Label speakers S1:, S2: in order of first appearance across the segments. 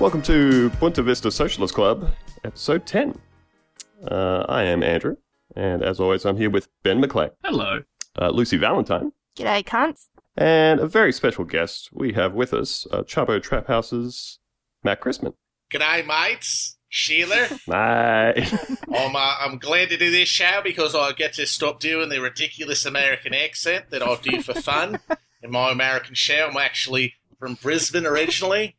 S1: Welcome to Punta Vista Socialist Club, episode 10. Uh, I am Andrew, and as always, I'm here with Ben McClay,
S2: Hello.
S1: uh, Lucy Valentine,
S3: G'day, cunts.
S1: and a very special guest we have with us, uh, Chabo Trap House's Matt Chrisman.
S4: G'day, mates. Sheila.
S1: Nice.
S4: I'm, uh, I'm glad to do this show because I get to stop doing the ridiculous American accent that I do for fun in my American show. I'm actually from Brisbane originally.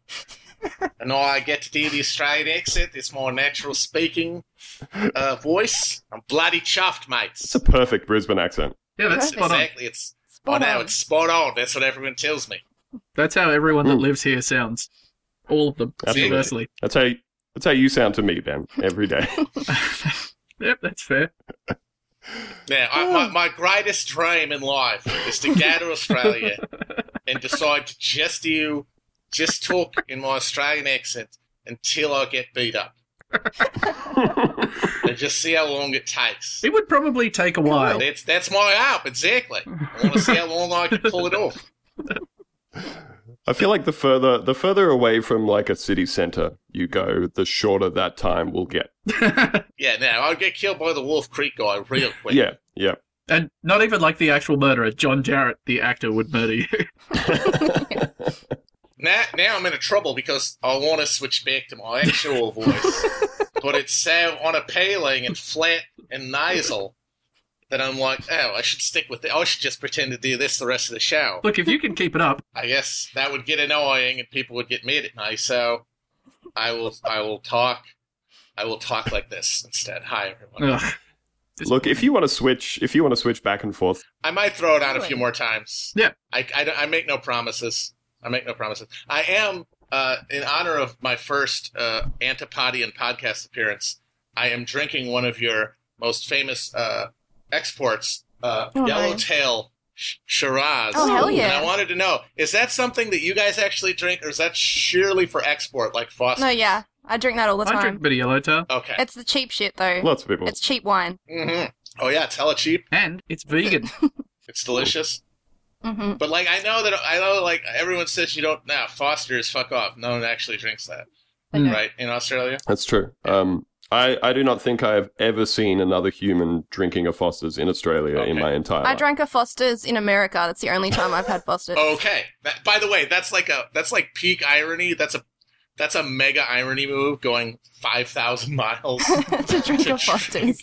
S4: And now I get to do the Australian accent. It's my natural speaking uh, voice. I'm bloody chuffed, mates.
S1: it's a perfect Brisbane accent.
S2: Yeah, that's spot on.
S4: exactly. It's
S3: Spot
S4: I know
S3: on.
S4: it's spot on. That's what everyone tells me.
S2: That's how everyone that
S1: Mm.
S2: lives here sounds. All of them,
S1: Absolutely.
S2: universally.
S1: That's how, you, that's how you sound to me, Ben, every day.
S2: Yep, that's fair.
S4: Yeah, I, my, my greatest dream in life is to go to Australia and decide to just do, just talk in my Australian accent until I get beat up. and just see how long it takes.
S2: It would probably take a while.
S4: That's that's my app exactly. I want to see how long I can pull it off.
S1: I feel like the further the further away from like a city center you go, the shorter that time will get.
S4: Yeah, now I'll get killed by the Wolf Creek guy real quick.
S1: Yeah, yeah.
S2: and not even like the actual murderer, John Jarrett, the actor, would murder you.
S4: Now, now I'm in a trouble because I want to switch back to my actual voice, but it's so unappealing and flat and nasal that I'm like, oh, I should stick with it. I should just pretend to do this the rest of the show.
S2: Look, if you can keep it up,
S4: I guess that would get annoying and people would get mad at me. So I will, I will talk, I will talk like this instead. Hi everyone.
S2: ugh,
S1: Look, if you want to switch, if you want to switch back and forth,
S4: I might throw it out a few more times.
S2: Yeah.
S4: I, I, don't- I make no promises. I make no promises. I am, uh, in honor of my first uh, Antipodian podcast appearance, I am drinking one of your most famous uh, exports, uh,
S3: Oh,
S4: Yellowtail Sh- Shiraz.
S3: Oh, hell
S4: And
S3: yeah.
S4: I wanted to know, is that something that you guys actually drink, or is that surely for export, like Foster?
S3: No, yeah, I drink that all the
S2: I
S3: time.
S2: drink a bit of Yellowtail.
S4: Okay.
S3: It's the cheap shit, though.
S1: lots of people.
S3: It's cheap wine.
S4: hmm Oh, yeah, it's hella cheap.
S2: And it's vegan.
S4: It's delicious.
S3: hmm
S4: But like I know that I know like everyone says you don't nah Foster's fuck off. No one actually drinks that.
S2: Mm.
S4: Right? In Australia?
S1: That's true. Um, I, I do not think I have ever seen another human drinking a Foster's in Australia in
S4: Okay.
S1: my entire
S3: I
S1: life.
S3: drank a Foster's in America. That's the only time I've had Foster's.
S4: Okay. That, by the way, that's like a that's like peak irony. That's a that's a mega irony move going five thousand miles
S3: to drink
S4: to
S3: a Foster's.
S4: drink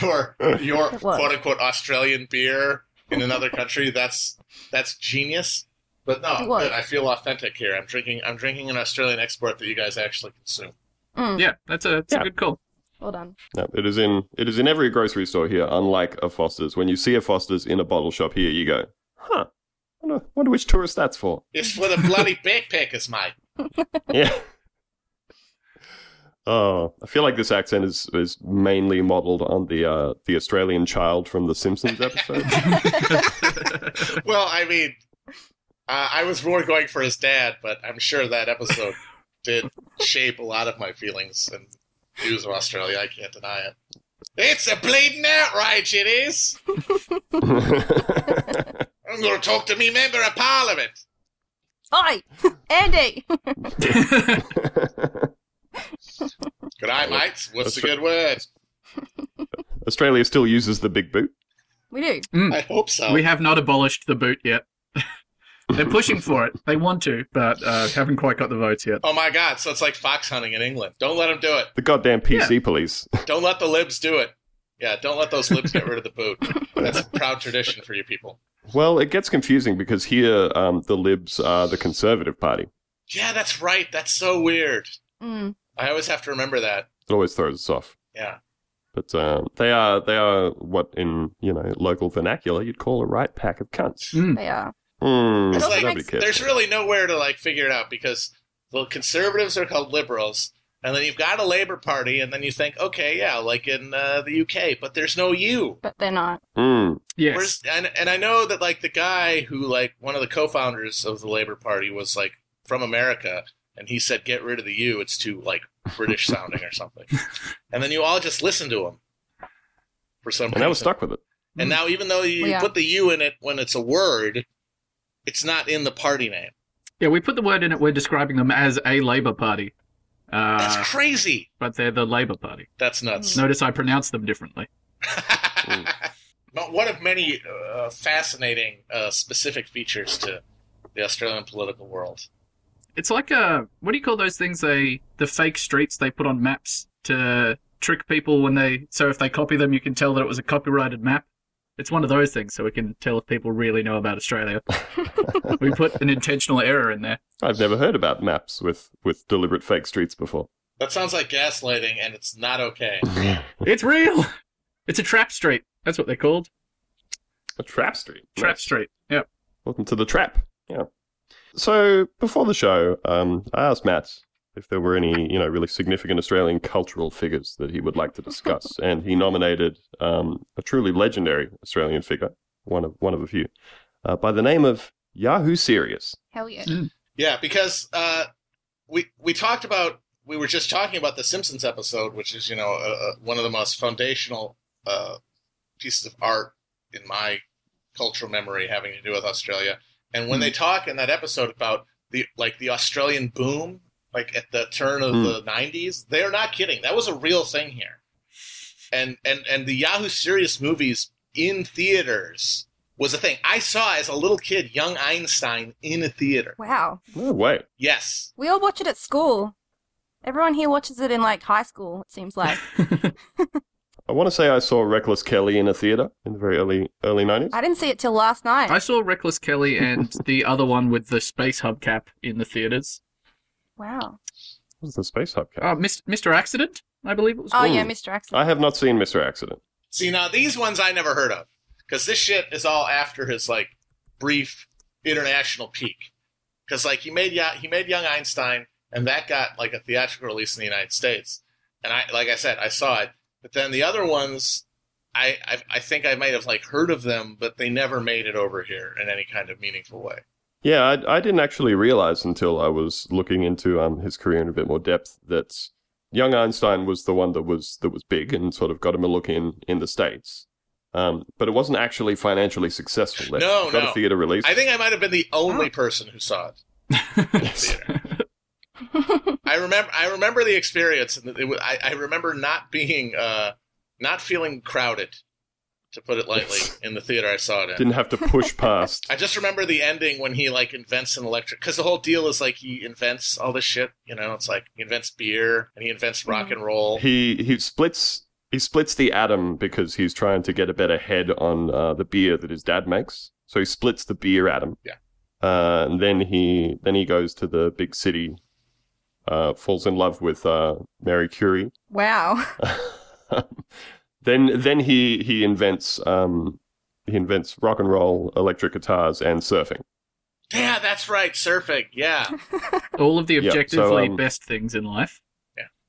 S4: your your
S3: It was.
S4: quote unquote Australian beer in another country. That's that's genius. But
S3: It
S4: no,
S3: was.
S4: I feel authentic here. I'm drinking I'm drinking an Australian export that you guys actually consume.
S3: Mm,
S2: Yeah, that's a, that's
S1: Yeah.
S2: a good call.
S3: well done.
S1: No, it is in it is in every grocery store here. Unlike a Foster's, when you see a Foster's in a bottle shop here, you go, huh? Wonder, wonder which tourist that's for.
S4: It's for the bloody backpackers, mate.
S1: yeah. Oh, I feel like this accent is, is mainly modelled on the uh, the Australian child from the Simpsons episode.
S4: well, I mean, uh, I was more going for his dad, but I'm sure that episode did shape a lot of my feelings and views of Australia. I can't deny it. It's a bleeding outrage, it is. I'm going to talk to me member of parliament.
S3: Oi! Andy!
S4: Good eye, mates. What's
S1: That's
S4: a good word?
S1: Australia still uses the big boot.
S3: we do.
S4: I hope so.
S2: We have not abolished the boot yet. They're pushing for it. They want to, but uh, haven't quite got the votes yet.
S4: oh my god, so it's like fox hunting in England. Don't let them do it.
S1: The goddamn PC police.
S4: Don't let the libs do it. Yeah, don't let those libs get rid of the boot. That's a proud tradition for you people.
S1: Well, it gets confusing because here um, the Libs are the Conservative Party.
S4: Yeah, that's right. That's so weird.
S3: Mm.
S4: I always have to remember that.
S1: It always throws us off.
S4: Yeah.
S1: But um, they are they are what in you know local vernacular you'd call a right pack of cunts.
S2: Mm.
S3: They are.
S1: Mm,
S4: It's like-
S1: nobody cares.
S4: There's really nowhere to like figure it out because the conservatives are called liberals, and then you've got a Labour Party, and then you think, okay, yeah, like in uh, the UK, but there's no you.
S3: But they're not.
S1: Mm,
S2: Yes.
S4: Where's, and and I know that like the guy who like one of the co-founders of the Labour Party was like from America, and he said get rid of the U. It's too like British sounding or something, and then you all just listen to him for some
S1: and I was
S4: reason.
S1: stuck with it.
S4: And now, even though you
S3: Yeah.
S4: put the U in it when it's a word, it's not in the party name.
S2: Yeah, we put the word in it. We're describing them as a Labour Party. Uh,
S4: That's crazy.
S2: but they're the Labour Party.
S4: That's nuts.
S2: Notice I pronounce them differently.
S4: Not one of many uh, fascinating uh, specific features to the Australian political world.
S2: It's like a what do you call those things? They the fake streets they put on maps to trick people when they. So if they copy them, you can tell that it was a copyrighted map. It's one of those things, so we can tell if people really know about Australia. we put an intentional error in there.
S1: I've never heard about maps with, with deliberate fake streets before.
S4: That sounds like gaslighting, and it's not okay.
S2: It's real. It's a trap street. That's what they're called.
S1: A trap street.
S2: Trap
S1: Nice.
S2: street. Yep.
S1: Welcome to the trap. Yeah. So before the show, um, I asked Matt if there were any, you know, really significant Australian cultural figures that he would like to discuss, and he nominated um, a truly legendary Australian figure, one of one of a few, uh, by the name of Yahoo Serious.
S3: Hell yeah.
S4: Yeah, because uh, we we talked about we were just talking about the Simpsons episode, which is you know uh, uh, one of the most foundational uh, pieces of art in my cultural memory having to do with Australia. And when they talk in that episode about the like the Australian boom, like at the turn of
S1: Hmm.
S4: the '90s, they are not kidding. That was a real thing here. And and and the Yahoo Serious movies in theaters was a thing. I saw as a little kid, young Einstein in a theater.
S3: Wow.
S1: No way.
S4: Yes.
S3: We all watch it at school. Everyone here watches it in like high school, it seems like.
S1: I want to say I saw Reckless Kelly in a theater in the very early early nineties.
S3: I didn't see it till last night.
S2: I saw Reckless Kelly and the other one with the space hubcap in the theaters.
S3: Wow.
S1: What was the space hubcap?
S2: Uh, Mis- Mr. Accident, I believe it was.
S3: Oh
S1: Ooh.
S3: yeah, Mr. Axel.
S1: I have not seen Mr. Accident.
S4: See, now these ones I never heard of because this shit is all after his like brief international peak. Because like he made Ya- he made Young Einstein, and that got like a theatrical release in the United States. And I, like I said, I saw it. But then the other ones, I I, I think I might have like heard of them, but they never made it over here in any kind of meaningful way.
S1: Yeah, I, I didn't actually realize until I was looking into um, his career in a bit more depth that young Einstein was the one that was that was big and sort of got him a look in in the states. Um, but it wasn't actually financially successful. They
S4: No,
S1: got
S4: no.
S1: a theater release.
S4: I think I might have been the only person who saw it. I remember I remember the experience, and it, wa- I, I remember not being uh, not feeling crowded, to put it lightly, in the theater I saw it in.
S1: Didn't have to push past.
S4: I just remember the ending when he like invents an electric because the whole deal is like he invents all this shit. You know, it's like he invents beer and he invents rock and roll.
S1: he he splits he splits the atom because he's trying to get a better head on uh, the beer that his dad makes. So he splits the beer atom.
S4: Yeah.
S1: Uh, and then he then he goes to the big city, uh, falls in love with uh, Mary Curie.
S3: Wow.
S1: then then he he invents um, he invents rock and roll, electric guitars, and surfing.
S4: Yeah, that's right, surfing. Yeah,
S2: All of the
S1: Yeah, so,
S2: objectively
S1: um,
S2: best things in life.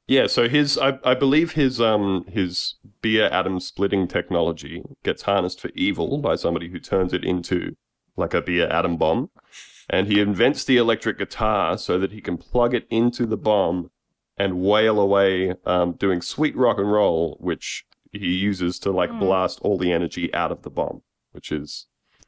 S1: Yeah, so his I, I believe his um his beer atom splitting technology gets harnessed for evil by somebody who turns it into like a beer atom bomb. And he invents the electric guitar so that he can plug it into the bomb and wail away um, doing sweet rock and roll, which he uses to like
S3: Hmm.
S1: blast all the energy out of the bomb, which is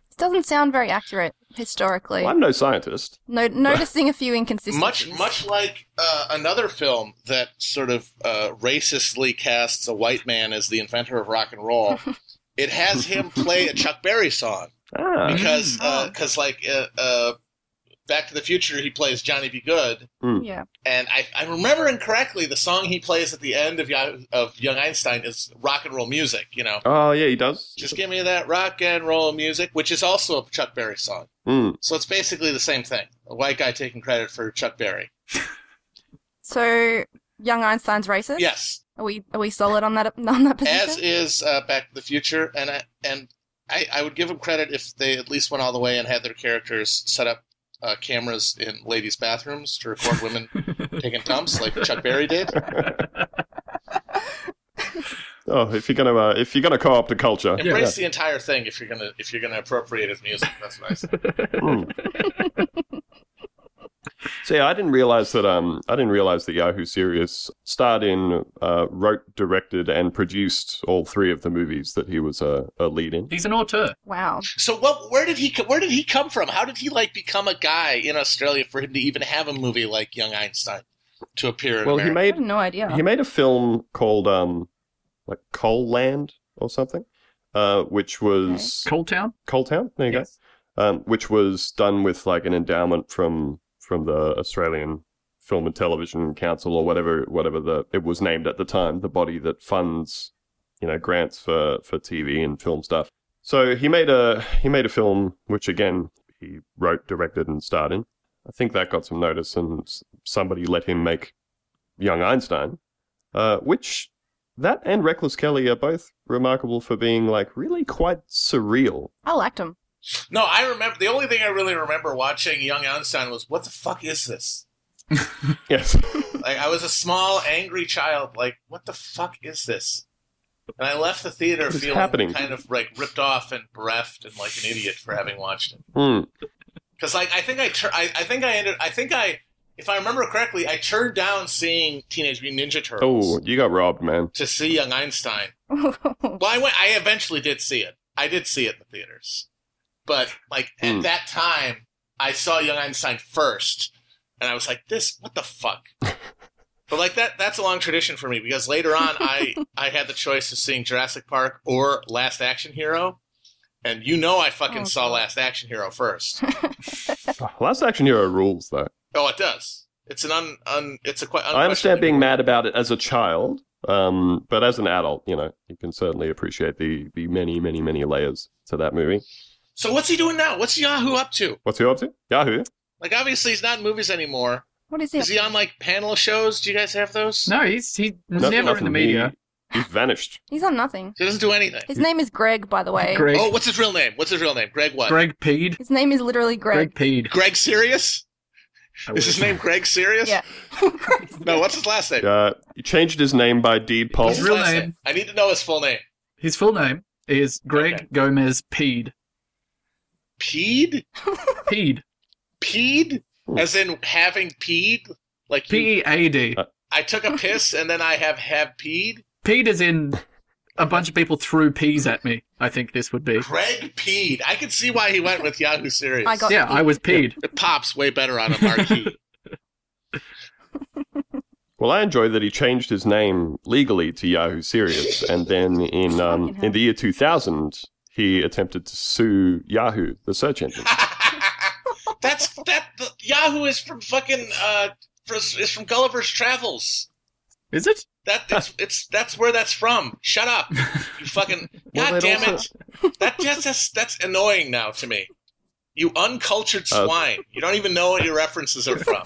S3: This doesn't sound very accurate historically.
S1: well, I'm no scientist.
S3: No- noticing a few inconsistencies.
S4: much much like uh, another film that sort of uh, racistly casts a white man as the inventor of rock and roll. It has him play a Chuck Berry song.
S1: Ah.
S4: because
S3: Mm. Oh.
S4: because like uh, uh, Back to the Future, he plays Johnny B. Good,
S3: Yeah.
S4: and I, I remember incorrectly the song he plays at the end of Yo- of Young Einstein is rock and roll music. You know,
S1: Oh yeah, he does.
S4: just give me that rock and roll music, which is also a Chuck Berry song.
S1: Mm.
S4: So it's basically the same thing. A white guy taking credit for Chuck Berry.
S3: So young Einstein's racist?
S4: Yes,
S3: Are we are we solid on that on that
S4: as
S3: position?
S4: is uh, Back to the Future, and I, and I, I would give him credit if they at least went all the way and had their characters set up uh, cameras in ladies' bathrooms to record women taking dumps like Chuck Berry did.
S1: Oh, if you're gonna uh, if you're gonna co-opt a culture,
S4: Embrace the entire thing if you're gonna if you're gonna appropriate his music. That's nice.
S1: Mm. so yeah, Hmm. I didn't realize that um I didn't realize that Yahoo Serious starred in, uh, wrote, directed, and produced all three of the movies that he was a, a lead in.
S2: He's an auteur.
S3: wow.
S4: so what? Where did he co- where did he come from? How did he like become a guy in Australia for him to even have a movie like Young Einstein? to appear in
S1: Well, he
S4: America.
S3: I
S1: made
S3: have no idea.
S1: he made a film called um like Coal Land or something, uh, which was
S2: Coal Town?
S1: Coal Town. There you go. um, which was done with like an endowment from from the Australian Film and Television Council or whatever whatever the it was named at the time, the body that funds you know grants for for TV and film stuff. So he made a he made a film which again he wrote, directed, and starred in. I think that got some notice, and s- somebody let him make Young Einstein, uh, which that and Reckless Kelly are both remarkable for being like really quite surreal
S3: I liked him.
S4: no, I remember the only thing I really remember watching Young Einstein was what the fuck is this?
S1: Yes.
S4: Like I was a small angry child. Like what the fuck is this? And I left the theater
S1: What is
S4: feeling
S1: happening?
S4: kind of like ripped off and bereft and like an idiot for having watched it.
S1: Hmm.
S4: Because like I think I, tur- I I think I ended I think I if I remember correctly I turned down seeing Teenage Mutant Ninja Turtles
S1: Oh, you got robbed, man.
S4: to see Young Einstein.
S3: I
S4: Well, I went. I eventually did see it. I did see it in the theaters, but like at
S1: Hmm.
S4: that time, I saw Young Einstein first, and I was like, "This, what the fuck?" but like that—that's a long tradition for me because later on, I I had the choice of seeing Jurassic Park or Last Action Hero, and you know I fucking
S3: Oh,
S4: saw
S3: God.
S4: Last Action Hero first.
S1: Last Action Hero rules, though.
S4: oh, it does. It's an un, un it's a quite.
S1: I understand being mad about it as a child, um, but as an adult, you know, you can certainly appreciate the, the many, many, many layers to that movie.
S4: So what's he doing now? What's Yahoo up to?
S1: What's he up to? Yahoo.
S4: Like obviously he's not in movies anymore.
S3: what is he?
S4: Is he on like panel shows? Do you guys have those?
S2: No, he's he was
S1: No-
S2: never in
S1: nothing.
S2: the media.
S1: He, he's vanished.
S3: He's on nothing.
S4: He doesn't do anything.
S3: His name is Greg, by the way.
S2: Greg
S4: Oh, what's his real name? What's his real name? Greg what?
S2: Greg Peed.
S3: His name is literally
S2: Greg
S3: Greg.
S2: Peed.
S4: Greg Serious?
S2: I
S4: Is his
S2: would-
S4: name Greg Serious?
S3: Yeah.
S4: No, what's his last name?
S1: Uh, he changed his name by deed poll.
S4: What's
S2: His real
S4: last
S2: name.
S4: I need to know his full name.
S2: His full name is Greg
S4: Okay.
S2: Gomez Peed.
S4: Peed?
S2: Peed.
S4: Peed?
S1: Hmm.
S4: As in having peed? Like you,
S2: P E A D.
S1: Uh,
S4: I took a piss and then I have have peed?
S2: Peed is in a bunch of people threw peas at me. I think this would be.
S4: Greg Peed. I can see why he went with Yahoo Serious.
S3: I got-
S2: Yeah, I was peed.
S4: it pops way better on a marquee.
S1: Well, I enjoy that he changed his name legally to Yahoo Serious, and then in um,
S3: Fucking hell.
S1: in the year 2000, he attempted to sue Yahoo, the search engine.
S4: That's that the, Yahoo is from fucking uh for, is from Gulliver's Travels.
S2: Is it?
S4: That it's, it's that's where that's from. Shut up, you fucking
S1: Well,
S4: god
S1: they'd
S4: damn
S1: also-
S4: it! That just that's, that's annoying now to me. You uncultured
S1: Uh,
S4: swine. You don't even know what your references are from.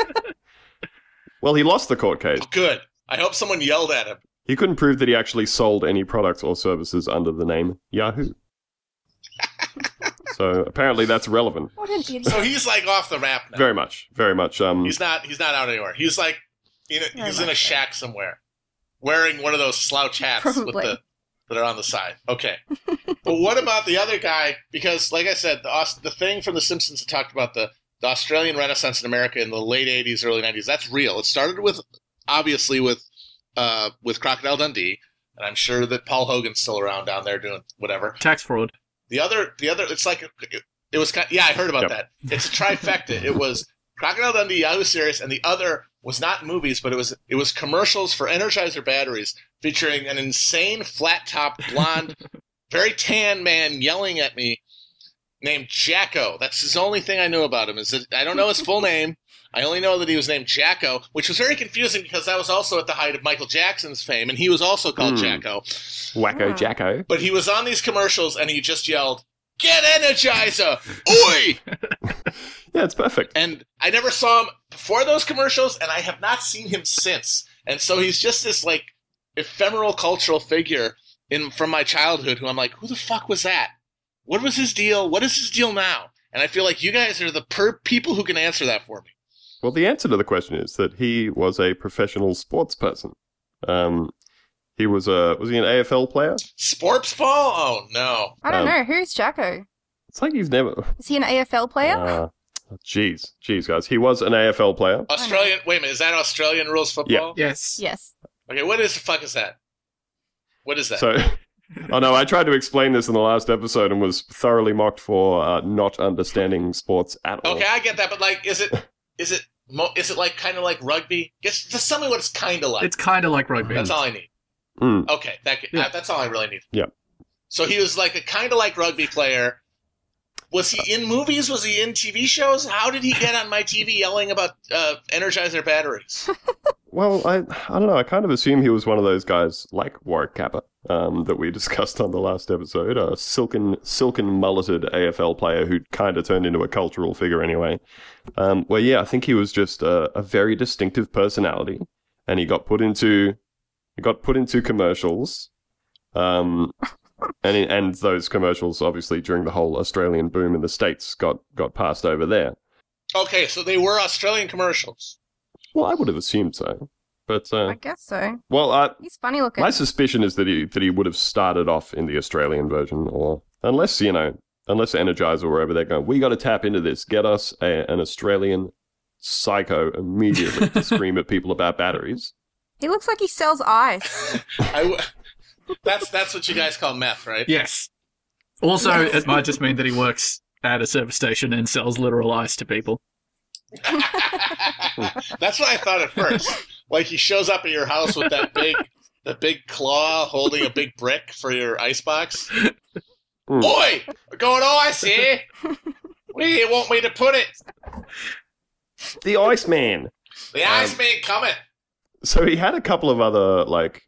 S1: Well, he lost the court case.
S4: Good. I hope someone yelled at him.
S1: He couldn't prove that he actually sold any products or services under the name Yahoo. so apparently that's relevant.
S3: What an idiot.
S4: So he's like off the map now.
S1: Very much, very much. Um,
S4: He's not. He's not out anywhere. He's like, in a,
S3: Very
S4: he's in a
S3: much so.
S4: shack somewhere, wearing one of those slouch hats with
S3: Probably.
S4: the that are on the side. Okay, but what about the other guy? Because, like I said, the Aus- the thing from The Simpsons that talked about the the Australian Renaissance in America in the late '80s, early '90s. That's real. It started with obviously with uh, with Crocodile Dundee, and I'm sure that Paul Hogan's still around down there doing whatever.
S2: Tax fraud.
S4: The other, the other, it's like it was. Kind yeah, I heard about
S1: Yep.
S4: that. It's a trifecta. it was Crocodile Dundee, Yahoo Serious, and the other was not movies, but it was it was commercials for Energizer batteries featuring an insane flat top blonde, very tan man yelling at me named Jacko. That's his only thing I knew about him. Is that I don't know his full name. I only know that he was named Jacko, which was very confusing because that was also at the height of Michael Jackson's fame, and he was also called
S1: Hmm.
S4: Jacko.
S1: Wacko
S3: Ah.
S1: Jacko.
S4: But he was on these commercials and he just yelled, Get Energizer! Oi!
S1: Yeah, it's perfect.
S4: and I never saw him before those commercials and I have not seen him since. And so he's just this like ephemeral cultural figure in from my childhood who I'm like, who the fuck was that? What was his deal? What is his deal now? And I feel like you guys are the per- people who can answer that for me.
S1: Well, the answer to the question is that he was a professional sports person. Um, he was a was he an AFL player?
S4: Sports ball? Oh no.
S3: I
S1: Um,
S3: don't know. Who's Jacko?
S1: It's like he's never.
S3: Is he an AFL player?
S1: Ah, Jeez, jeez, guys. He was an AFL player.
S4: Australian wait a minute, is that Australian rules football?
S2: Yes.
S3: yes.
S4: Okay, what is the fuck is that? What is that?
S1: So, oh no, I tried to explain this in the last episode and was
S2: Oh.
S1: thoroughly mocked for uh, not understanding sports at all.
S4: Okay, I get that, but like, is it is it Mo- is it like kind of like rugby? Guess just tell me what it's kind of like.
S2: It's kind of like rugby.
S4: that's all I need.
S1: Mm.
S4: Okay, that could,
S2: Yeah.
S4: that's all I really need.
S1: Yeah.
S4: So he was like a kind of like rugby player. Was he in movies? Was he in TV shows? How did he get on my TV yelling about uh, Energizer batteries?
S1: Well, I I don't know. I kind of assume he was one of those guys like Warwick Kappa um, that we discussed on the last episode, a silken silken mulleted AFL player who kind of turned into a cultural figure anyway. Um, well, yeah, I think he was just a, a very distinctive personality, and he got put into he got put into commercials, um, and and those commercials obviously during the whole Australian boom in the states got got passed over there.
S4: okay, so they were Australian commercials.
S1: Well, I would have assumed so, but
S3: I
S1: uh,
S3: guess so.
S1: well, I,
S3: He's funny looking.
S1: My suspicion is that he that he would have started off in the Australian version, or unless you know, unless Energizer were over there going, "We got to tap into this. Get us a, an Australian psycho immediately to scream at people about batteries."
S3: He looks like he sells ice.
S4: I w- that's that's what you guys call meth, right?
S2: Yes. Also,
S3: Yes.
S2: it might just mean that he works at a service station and sells literal ice to people.
S4: That's what I thought at first. Like he shows up at your house with that big, the big claw holding a big brick for your icebox.
S1: Hmm. Mm.
S4: Oi, we're going ice here. Where do you want me to put it?
S1: The Iceman.
S4: The
S1: Um,
S4: Iceman coming.
S1: So he had a couple of other like,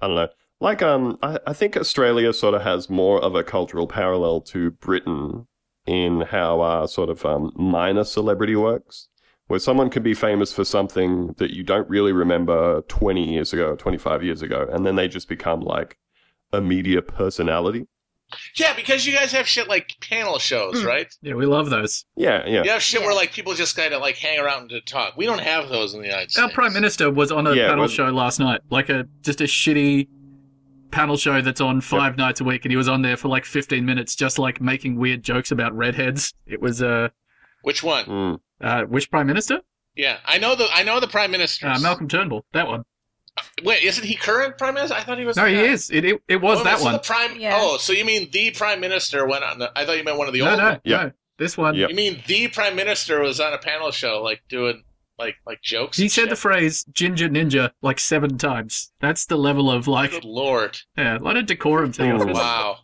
S1: I don't know, like um, I, I think Australia sort of has more of a cultural parallel to Britain in how uh, sort of um, minor celebrity works, where someone can be famous for something that you don't really remember 20 years ago, 25 years ago, and then they just become like a media personality.
S4: Yeah, because you guys have shit like panel shows,
S2: Hmm.
S3: Mm.
S4: right?
S2: Yeah, we love those.
S1: Yeah, yeah.
S4: You have shit
S3: Yeah.
S4: where like people just kind of like hang around and talk. We don't have those in the United States.
S2: Our prime minister was on a
S1: Yeah,
S2: panel
S1: well-
S2: show last night, like a just a shitty panel show that's on five nights a week, and he was on there for like 15 minutes, just like making weird jokes about redheads. It was uh,
S4: Which one?
S1: Mm.
S2: uh which prime minister?
S4: Yeah, I know the I know the prime minister.
S2: Uh, Malcolm Turnbull, that one.
S4: Wait, isn't he current prime minister? I thought he was.
S2: No,
S4: the
S2: he
S4: guy.
S2: is. It it, it was
S4: Oh,
S2: that
S4: so
S2: one.
S4: The prime.
S3: Yeah.
S4: Oh, so you mean the prime minister went on? The, I thought you meant one of the
S2: No,
S4: old.
S2: no,
S4: ones.
S1: Yeah.
S2: no. This one.
S1: Yeah.
S4: You mean the prime minister was on a panel show, like doing like like jokes.
S2: He
S4: and
S2: said the
S4: shit?
S2: phrase "ginger ninja" like seven times. That's the level of like,
S4: Good lord!
S2: yeah, a lot of decorum to the
S1: Oh,
S2: office.
S4: Wow.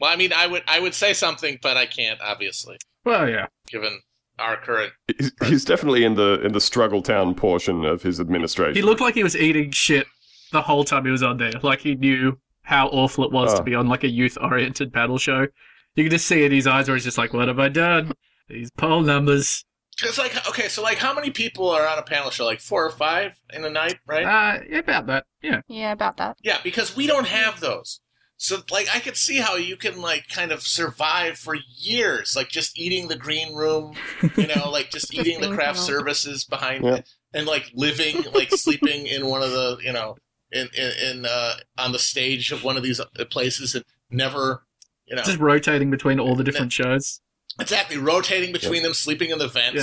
S4: Well, I mean, I would I would say something, but I can't, obviously,
S2: Well, yeah,
S4: given our current.
S1: He's, he's definitely in the in the struggle town portion of his administration.
S2: he looked like he was eating shit the whole time he was on there. Like he knew how awful it was
S1: Oh.
S2: to be on like a youth-oriented paddle show. You can just see in his eyes where he's just like, "What have I done? These poll numbers."
S4: It's like okay, so like how many people are on a panel show? Like four or five in a night, right?
S2: Uh, about that. Yeah,
S3: yeah, about that.
S4: Yeah, because we don't have those. So like I could see how you can like kind of survive for years, like just eating the green room, you know, like just,
S3: Just
S4: eating the
S3: being
S4: craft
S3: funneled.
S4: services behind
S1: Yeah.
S4: it, and like living, like sleeping in one of the, you know, in in, in uh, on the stage of one of these uh, places and never, you know,
S2: just rotating between all the different shows.
S4: exactly rotating between them, sleeping in the vents,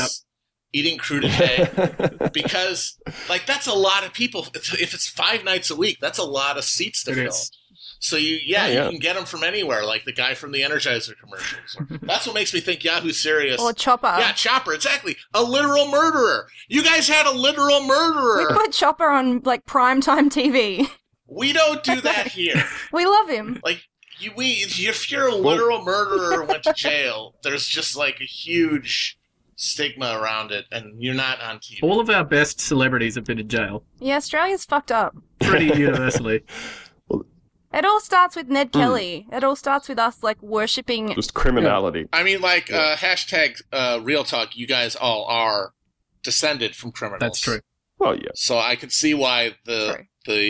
S2: Yep.
S4: eating crudité, because like that's a lot of people. If it's five nights a week, that's a lot of seats to
S2: It
S4: fill.
S2: is.
S4: So you, yeah,
S1: Oh, yeah.
S4: you can get them from anywhere, like the guy from the Energizer commercials. That's what makes me think Yahoo Serious.
S3: Or Chopper.
S4: yeah, Chopper, exactly. A literal murderer. You guys had a literal
S3: We
S4: murderer.
S3: put Chopper on like primetime TV.
S4: We don't do that here.
S3: We love him.
S4: You, we, if you're a literal murderer went to jail, there's just like a huge stigma around it, and you're not on TV.
S2: All of our best celebrities have been in jail
S3: Yeah, Australia's fucked up.
S2: pretty universally.
S3: It all starts with Ned
S1: Hmm.
S3: Kelly. It all starts with us like worshipping.
S1: just criminality.
S4: I mean, like uh, hashtag uh, real talk. You guys all are descended from criminals.
S2: That's true.
S1: Well, yeah.
S4: So I could see why the
S3: True.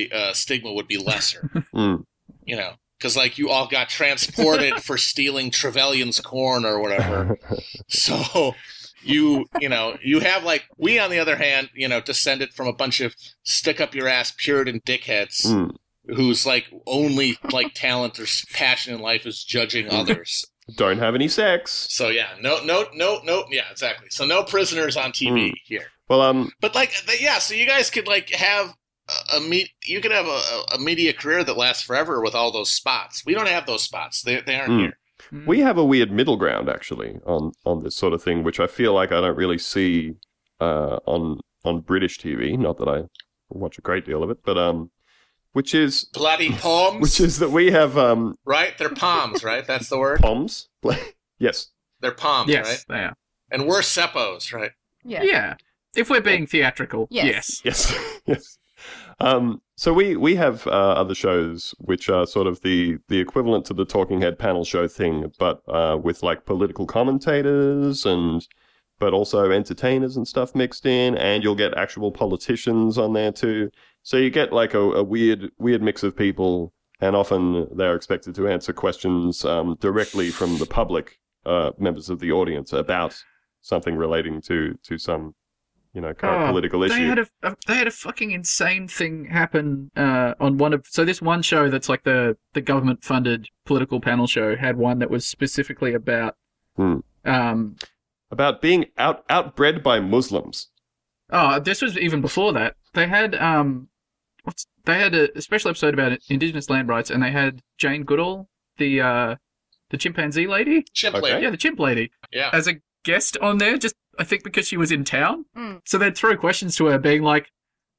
S4: the uh, stigma would be lesser.
S1: Mm.
S4: you know, because like you all got transported for stealing Trevelyan's corn or whatever. So you you know you have like we on the other hand you know descended from a bunch of stick up your ass Puritan dickheads
S1: Mm.
S4: whose like only like talent or s- passion in life is judging others.
S1: Don't have any sex.
S4: So yeah, no no no no yeah exactly. So no prisoners on TV here.
S1: Well, um,
S4: But like, th yeah, so you guys could like have a, a meet. You could have a, a- a media career that lasts forever with all those spots. We don't have those spots. They they aren't
S1: Mm.
S4: here.
S2: Mm-hmm.
S1: we have a weird middle ground actually on on this sort of thing, which I feel like I don't really see uh, on on British TV. Not that I watch a great deal of it, but um, which is
S4: Bloody palms,
S1: which is that we have um
S4: right? They're palms, right? That's the word.
S1: poms. yes,
S4: They're palms,
S2: yes,
S4: right?
S2: they are.
S4: And we're seppos, right?
S3: Yeah.
S2: Yeah. If we're being theatrical,
S3: Yes.
S2: yes.
S1: Yes, yes. Um, so we we have uh, other shows which are sort of the the equivalent to the Talking Head panel show thing, but uh, with like political commentators and but also entertainers and stuff mixed in, and you'll get actual politicians on there too. So you get like a, a weird weird mix of people, and often they're expected to answer questions um, directly from the public uh, members of the audience about something relating to to some you know current
S2: Oh,
S1: political issue.
S2: They had a, a they had a fucking insane thing happen uh, on one of so this one show that's like the the government funded political panel show had one that was specifically about
S1: Hmm.
S2: um
S1: about being out outbred by Muslims.
S2: oh this was even before that they had um what's they had a, a special episode about indigenous land rights and they had Jane Goodall the uh the chimpanzee lady
S4: Chimp
S1: Okay.
S4: lady.
S2: yeah the chimp lady
S4: Yeah.
S2: as a guest on there just I think because she was in town
S3: Mm.
S2: So they'd throw questions to her, being like,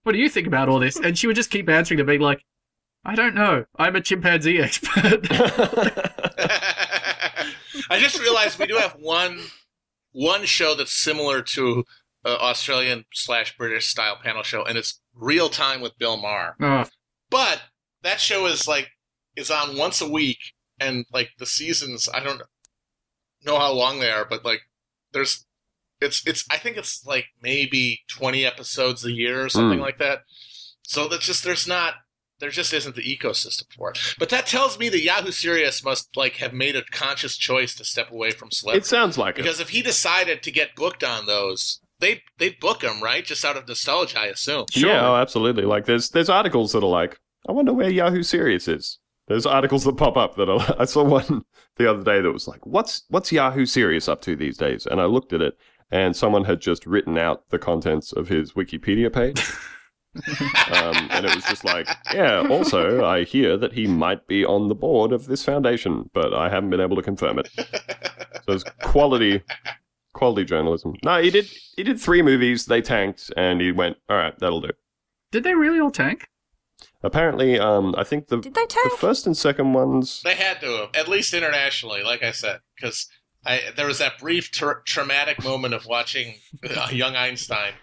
S2: "What do you think about all this?" And she would just keep answering to being like, "I don't know. I'm a chimpanzee expert."
S4: I just realized we do have one one show that's similar to uh, Australian slash British style panel show, and it's Real Time with Bill Maher.
S2: oh,
S4: But that show is like is on once a week, and like the seasons, I don't know how long they are, but like there's it's it's I think it's like maybe twenty episodes a year or something
S1: Mm.
S4: like that. So that's just there's not there just isn't the ecosystem for it. But that tells me that Yahoo Serious must like have made a conscious choice to step away from
S1: it
S4: celebrity.
S1: sounds like it.
S4: Because if he decided to get booked on those, they they book him right just out of nostalgia, I assume.
S2: sure.
S1: Yeah, oh, absolutely. Like there's there's articles that are like, I wonder where Yahoo Serious is. There's articles that pop up that are. I saw one the other day that was like, what's what's Yahoo Serious up to these days? And I looked at it, and someone had just written out the contents of his Wikipedia page, um, and it was just like, yeah. Also, I hear that he might be on the board of this foundation, but I haven't been able to confirm it. So it's quality quality journalism. No, he did he did three movies, they tanked, and he went, All right, that'll do.
S2: Did they really all tank?
S1: Apparently, um I think the
S3: Did they
S1: the
S3: tank?
S1: first and second ones
S4: They had to have, at least internationally, like I said, because I there was that brief tra- traumatic moment of watching uh, young Einstein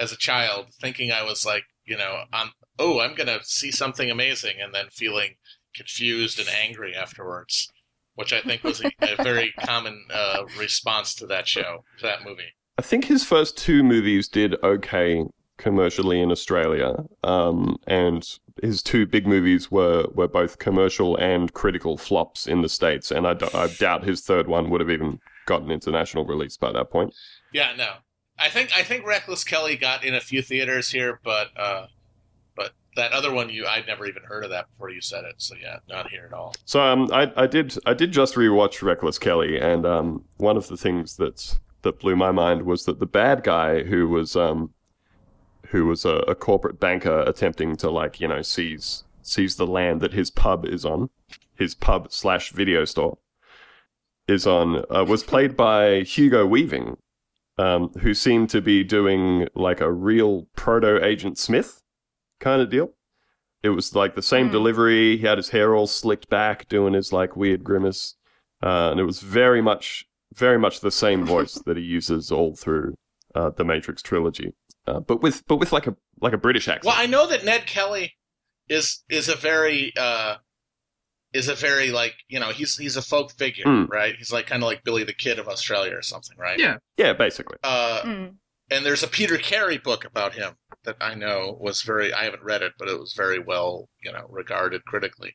S4: as a child, thinking I was like, you know, I'm oh, I'm gonna see something amazing, and then feeling confused and angry afterwards, which I think was a, a very common uh, response to that show, to that movie.
S1: I think his first two movies did okay commercially in Australia. Um and his two big movies were were both commercial and critical flops in the States, and I, do- I doubt his third one would have even gotten international release by that point.
S4: Yeah, no, I think I think Reckless Kelly got in a few theaters here, but uh, but that other one you I'd never even heard of that before you said it, so yeah, not here at all.
S1: So um, I, I did I did just rewatch Reckless Kelly, and um, one of the things that that blew my mind was that the bad guy who was um, who was a, a corporate banker attempting to like you know seize seize the land that his pub is on, his pub slash video store is on uh, was played by Hugo Weaving, um, who seemed to be doing like a real proto Agent Smith kind of deal. It was like the same
S3: Hmm.
S1: delivery. He had his hair all slicked back, doing his like weird grimace, uh, and it was very much, very much the same voice that he uses all through uh, the Matrix trilogy, uh, but with but with like a like a British accent.
S4: Well, I know that Ned Kelly is is a very uh, is a very like you know he's he's a folk figure,
S1: Mm.
S4: right? He's like kind of like Billy the Kid of Australia or something, right?
S2: Yeah.
S1: Yeah, basically.
S4: Uh,
S3: Mm.
S4: and there's a Peter Carey book about him that I know was very I haven't read it, but it was very well you know regarded critically.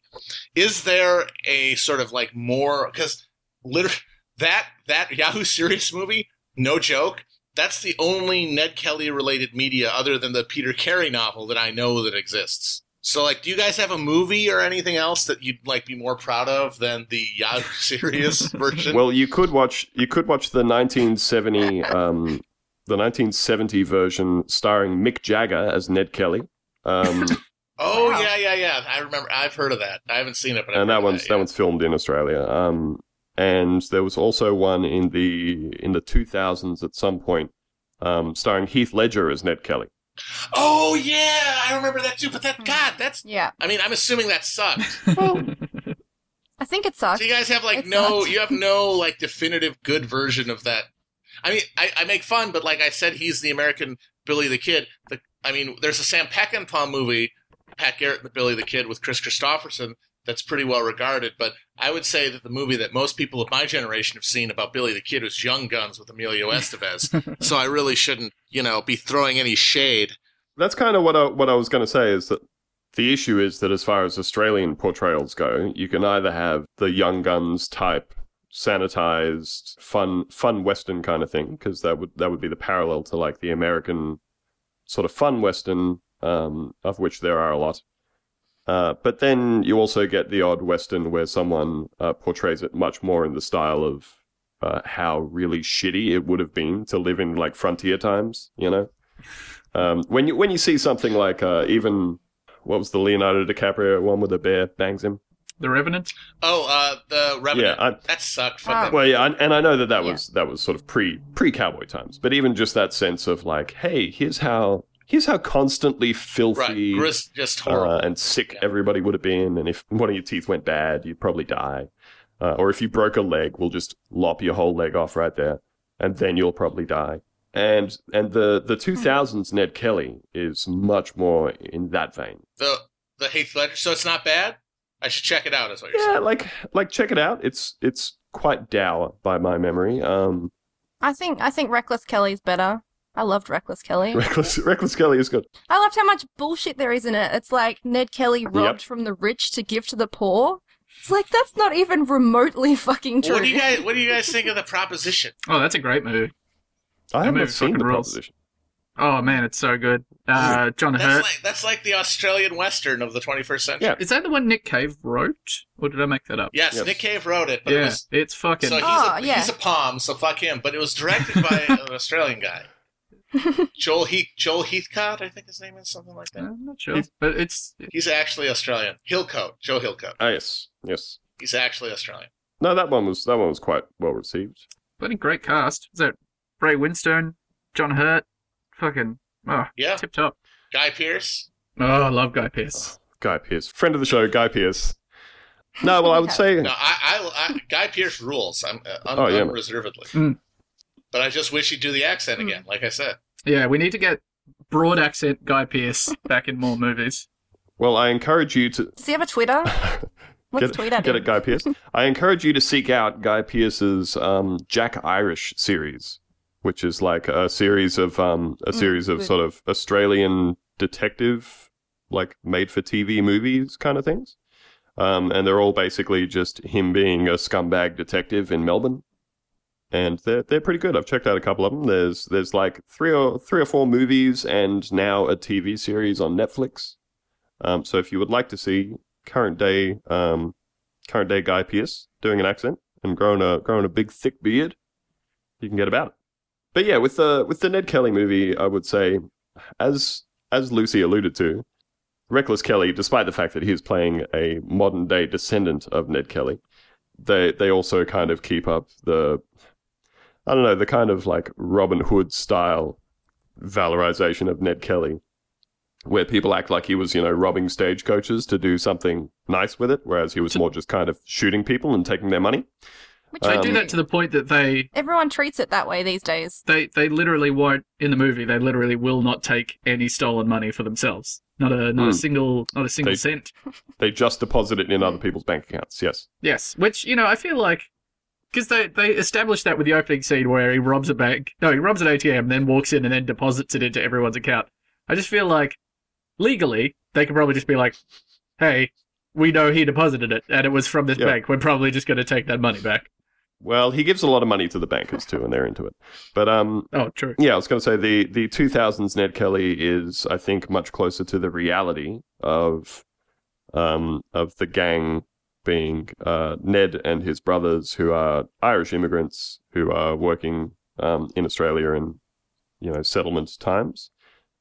S4: Is there a sort of like more because literally that that Yahoo Serious movie, no joke. That's the only Ned Kelly related media other than the Peter Carey novel that I know that exists. So like do you guys have a movie or anything else that you'd like be more proud of than the Yahoo Serious version?
S1: Well, you could watch you could watch the 1970 um, the 1970 version starring Mick Jagger as Ned Kelly, um,
S4: oh
S3: Wow.
S4: yeah, yeah, yeah. I remember I've heard of that. I haven't seen it, but I've
S1: and that
S4: heard of
S1: one's
S4: that,
S1: that one's filmed in Australia. Um, and there was also one in the in the 2000s at some point. um, starring Heath Ledger as Ned Kelly.
S4: Oh yeah, I remember that too. But that God, that's.
S3: Yeah.
S4: I mean, I'm assuming that sucked.
S3: I think it sucks.
S4: So you guys have like
S3: It
S4: no,
S3: sucked.
S4: you have no like definitive good version of that. I mean, I, I make fun, but like I said, he's the American Billy the Kid. The, I mean, there's a Sam Peckinpah movie, Pat Garrett and the Billy the Kid with Chris Christopherson, that's pretty well regarded. But I would say that the movie that most people of my generation have seen about Billy the Kid was Young Guns with Emilio Estevez. so I really shouldn't, you know, be throwing any shade.
S1: That's kind of what I, what I was going to say is that the issue is that as far as Australian portrayals go, you can either have the Young Guns type sanitized fun fun western kind of thing because that would that would be the parallel to like the American sort of fun western um, of which there are a lot. Uh, but then you also get the odd western where someone uh, portrays it much more in the style of uh, how really shitty it would have been to live in like frontier times, you know. Um, when you when you see something like uh, even what was the Leonardo DiCaprio one where the bear bangs him?
S2: the Revenant.
S4: Oh, uh, the Revenant.
S1: Yeah, I-
S4: that sucked. for
S3: Wow.
S4: them.
S1: Well, yeah, and, and I know that that
S3: Yeah.
S1: was that was sort of pre pre cowboy times, but even just that sense of like, hey, here's how here's how constantly filthy
S4: Right, Gris, just horrible.
S1: uh, and sick
S4: Yeah.
S1: everybody would have been, and if one of your teeth went bad, you'd probably die, uh, or if you broke a leg, we'll just lop your whole leg off right there, and then you'll probably die. And and the the two thousands Ned Kelly is much more in that vein.
S4: the the Heath Ledger. So it's not bad. I should check it out. Is what you're
S1: Yeah,
S4: saying?
S1: like like check it out. It's it's quite dour by my memory. Um,
S3: I think I think Reckless Kelly's better. I loved Reckless Kelly.
S1: Reckless Reckless Kelly is good.
S3: I loved how much bullshit there is in it. It's like Ned Kelly robbed from the rich to give to the poor. It's like that's not even remotely fucking true.
S4: What do you guys What do you guys think of the proposition?
S2: Oh, that's a great movie.
S1: I have
S2: movie
S1: not seen
S2: fucking
S1: the
S2: rules.
S1: proposition.
S2: Oh man, it's so good. Uh, John
S4: That's
S2: Hurt.
S4: like that's like the Australian Western of the 21st century.
S1: Yeah.
S2: Is that the one Nick Cave wrote, or did I make that up?
S4: Yes,
S1: Yes.
S4: Nick Cave wrote it, but it
S2: Yeah,
S4: was
S2: it's fucking.
S4: so he's,
S3: Oh,
S4: a,
S3: yeah.
S4: he's a palm, so fuck him. But it was directed by an Australian guy, Joel Heath Joel Heathcott, I think his name is something like that.
S2: I'm not sure,
S1: He's-
S2: but it's
S4: He's actually Australian. Hillcoat, Joe Hillcoat.
S1: Ah, yes, yes.
S4: He's actually Australian.
S1: No, that one was that one was quite well received.
S2: bloody great cast. Is that Ray Winstone, John Hurt, fucking oh,
S4: Yeah,
S2: tip top.
S4: Guy Pearce.
S2: Oh, I love Guy Pearce.
S1: Guy Pearce, friend of the show, Guy Pearce. No, well, I would say
S4: No, I, I, I Guy Pearce rules. I'm uh, un-
S1: Oh, yeah.
S4: unreservedly.
S2: Mm.
S4: But I just wish he'd do the accent again, like I said.
S1: Oh.
S2: Yeah, we need to get broad accent Guy Pearce back in more movies.
S1: well, I encourage you to
S3: Does he have a Twitter? Let's
S1: get,
S3: tweet at
S1: get
S3: him.
S1: it, Guy Pearce. I encourage you to seek out Guy Pearce's um, Jack Irish series, which is like a series of um, a
S3: Mm,
S1: series of
S3: good.
S1: sort of Australian detective, like made for TV movies kind of things. Um, and they're all basically just him being a scumbag detective in Melbourne. And they're they're pretty good. I've checked out a couple of them. There's there's like three or three or four movies and now a TV series on Netflix. Um, so if you would like to see current day um, current day Guy Pearce doing an accent and growing a growing a big thick beard, you can get about it. But yeah, with the with the Ned Kelly movie, I would say, as as Lucy alluded to, Reckless Kelly, despite the fact that he is playing a modern day descendant of Ned Kelly, they they also kind of keep up the I don't know the kind of like Robin Hood style valorization of Ned Kelly, where people act like he was you know robbing stagecoaches to do something nice with it, whereas he was more just kind of shooting people and taking their money.
S3: Which
S2: They
S1: Um,
S2: do that to the point that they
S3: Everyone treats it that way these days.
S2: they they literally won't in the movie. They literally will not take any stolen money for themselves. Not a not
S1: Hmm.
S2: a single not a single
S1: They-
S2: cent.
S1: They just deposit it in other people's bank accounts. Yes.
S2: Yes, which you know I feel like because they they established that with the opening scene where he robs a bank. No, he robs an ATM, then walks in and then deposits it into everyone's account. I just feel like legally they could probably just be like, "Hey, we know he deposited it and it was from this
S1: Yeah.
S2: bank. We're probably just going to take that money back."
S1: Well, he gives a lot of money to the bankers too, and they're into it. But um,
S2: Oh, true.
S1: Yeah, I was going to say the the 2000s Ned Kelly is, I think, much closer to the reality of um, of the gang being uh, Ned and his brothers, who are Irish immigrants who are working um, in Australia in you know settlement times,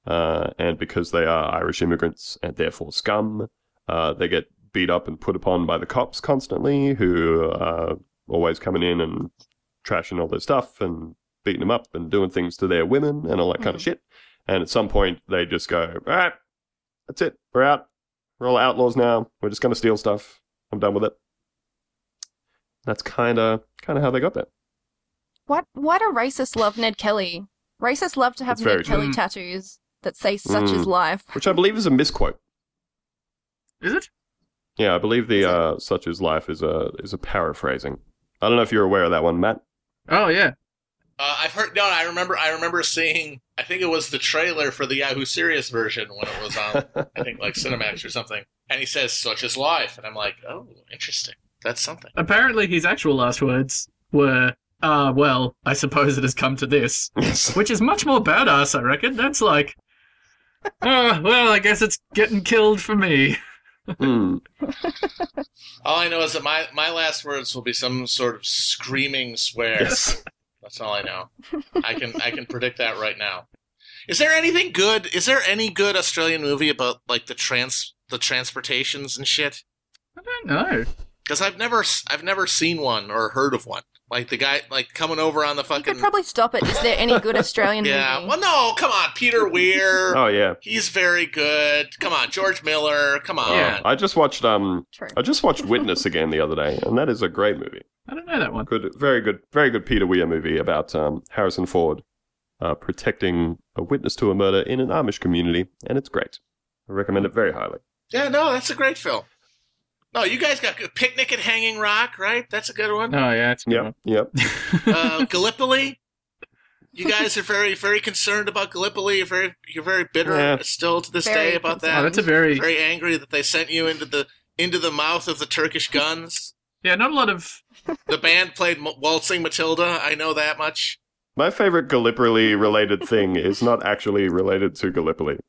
S1: uh, and because they are Irish immigrants and therefore scum, uh, they get beat up and put upon by the cops uh, constantly, who are always coming in and trashing all their stuff and beating them up and doing things to their women and all that kind of shit. And at some point, they just go, all right, that's it. We're out. We're all outlaws now. We're just going to steal stuff. I'm done with it. That's kind of kind of how they got there.
S3: What? Why do racists love Ned Kelly? Racists love to have
S1: It's very
S3: Ned Kelly
S2: true.
S3: tattoos that say "Such
S1: Mm.
S3: is life."
S1: Which I believe is a misquote.
S2: Is it?
S1: Yeah, I believe the uh, "Such is life" is a is a paraphrasing. I don't know if you're aware of that one, Matt.
S2: Oh yeah.
S4: Uh, I've heard. No, I remember. I remember seeing. I think it was the trailer for the Yahoo Serious version when it was on. I think like Cinemax or something. And he says, "Such is life," and I'm like, "Oh, interesting. That's something."
S2: Apparently, his actual last words were, "Ah, well, I suppose it has come to this,"
S1: Yes.
S2: which is much more badass, I reckon. That's like, oh well, I guess it's getting killed for me.
S1: Mm.
S4: All I know is that my my last words will be some sort of screaming swear.
S1: yes.
S4: That's all I know. I can I can predict that right now. Is there anything good? Is there any good Australian movie about like the trans the transportations and shit?
S2: I don't know.
S4: Because I've never s- I've never seen one or heard of one. Like the guy like coming over on the
S3: You could
S4: fucking
S3: probably stop it. Is there any good Australian
S4: yeah.
S3: movie?
S4: Well, no, come on, Peter Weir.
S1: Oh yeah.
S4: He's very good. Come on, George Miller. Come on.
S2: Yeah.
S1: I just watched um
S3: True.
S1: I just watched Witness again the other day, and that is a great movie.
S2: I don't know that one.
S1: Good, very good, very good Peter Weir movie about um, Harrison Ford uh, protecting a witness to a murder in an Amish community, and it's great. I recommend it very highly.
S4: Yeah, no, that's a great film. No, you guys got good. Picnic at Hanging Rock, right? That's a good one.
S2: Oh yeah, it's a good
S1: Yep, yep.
S2: one.
S4: uh, Gallipoli. You guys are very, very concerned about Gallipoli. You're very, you're very bitter
S1: Yeah.
S4: still to this
S3: Very
S4: day about
S2: oh,
S4: that.
S2: that's a very
S4: Very angry that they sent you into the into the mouth of the Turkish guns.
S2: yeah. Not a lot of
S4: the band played M- Waltzing Matilda. I know that much.
S1: My favorite Gallipoli related thing is not actually related to Gallipoli.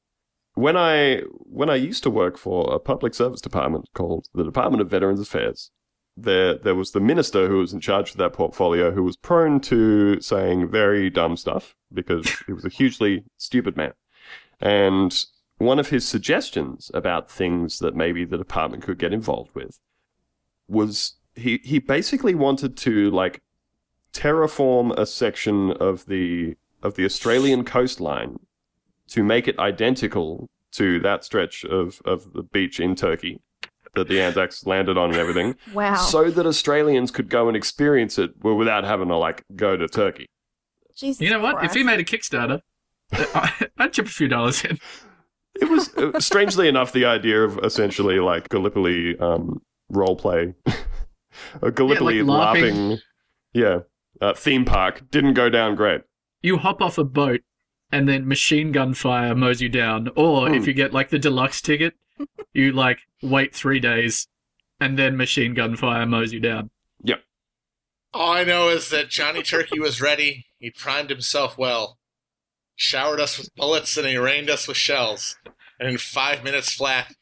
S1: When I when I used to work for a public service department called the Department of Veterans Affairs, there there was the minister who was in charge of that portfolio who was prone to saying very dumb stuff because he was a hugely stupid man. And one of his suggestions about things that maybe the department could get involved with was he he basically wanted to like terraform a section of the of the Australian coastline to make it identical to that stretch of, of the beach in Turkey that the Anzacs landed on and everything,
S3: Wow.
S1: so that Australians could go and experience it well, without having to like go to Turkey.
S3: Jesus
S2: You know what? If he
S3: Christ.
S2: made a Kickstarter, I- I'd chip a few dollars in.
S1: It was uh, strangely enough the idea of essentially like Gallipoli um, role play, a Gallipoli
S2: LARPing.
S1: laughing, yeah, uh, theme park didn't go down great.
S2: You hop off a boat, and then machine gun fire mows you down. Or if
S1: Hmm.
S2: you get like the deluxe ticket, you like wait three days, and then machine gun fire mows you down.
S4: All I know is that Johnny Turkey was ready. He primed himself well, showered us with bullets, and he rained us with shells. And in five minutes flat,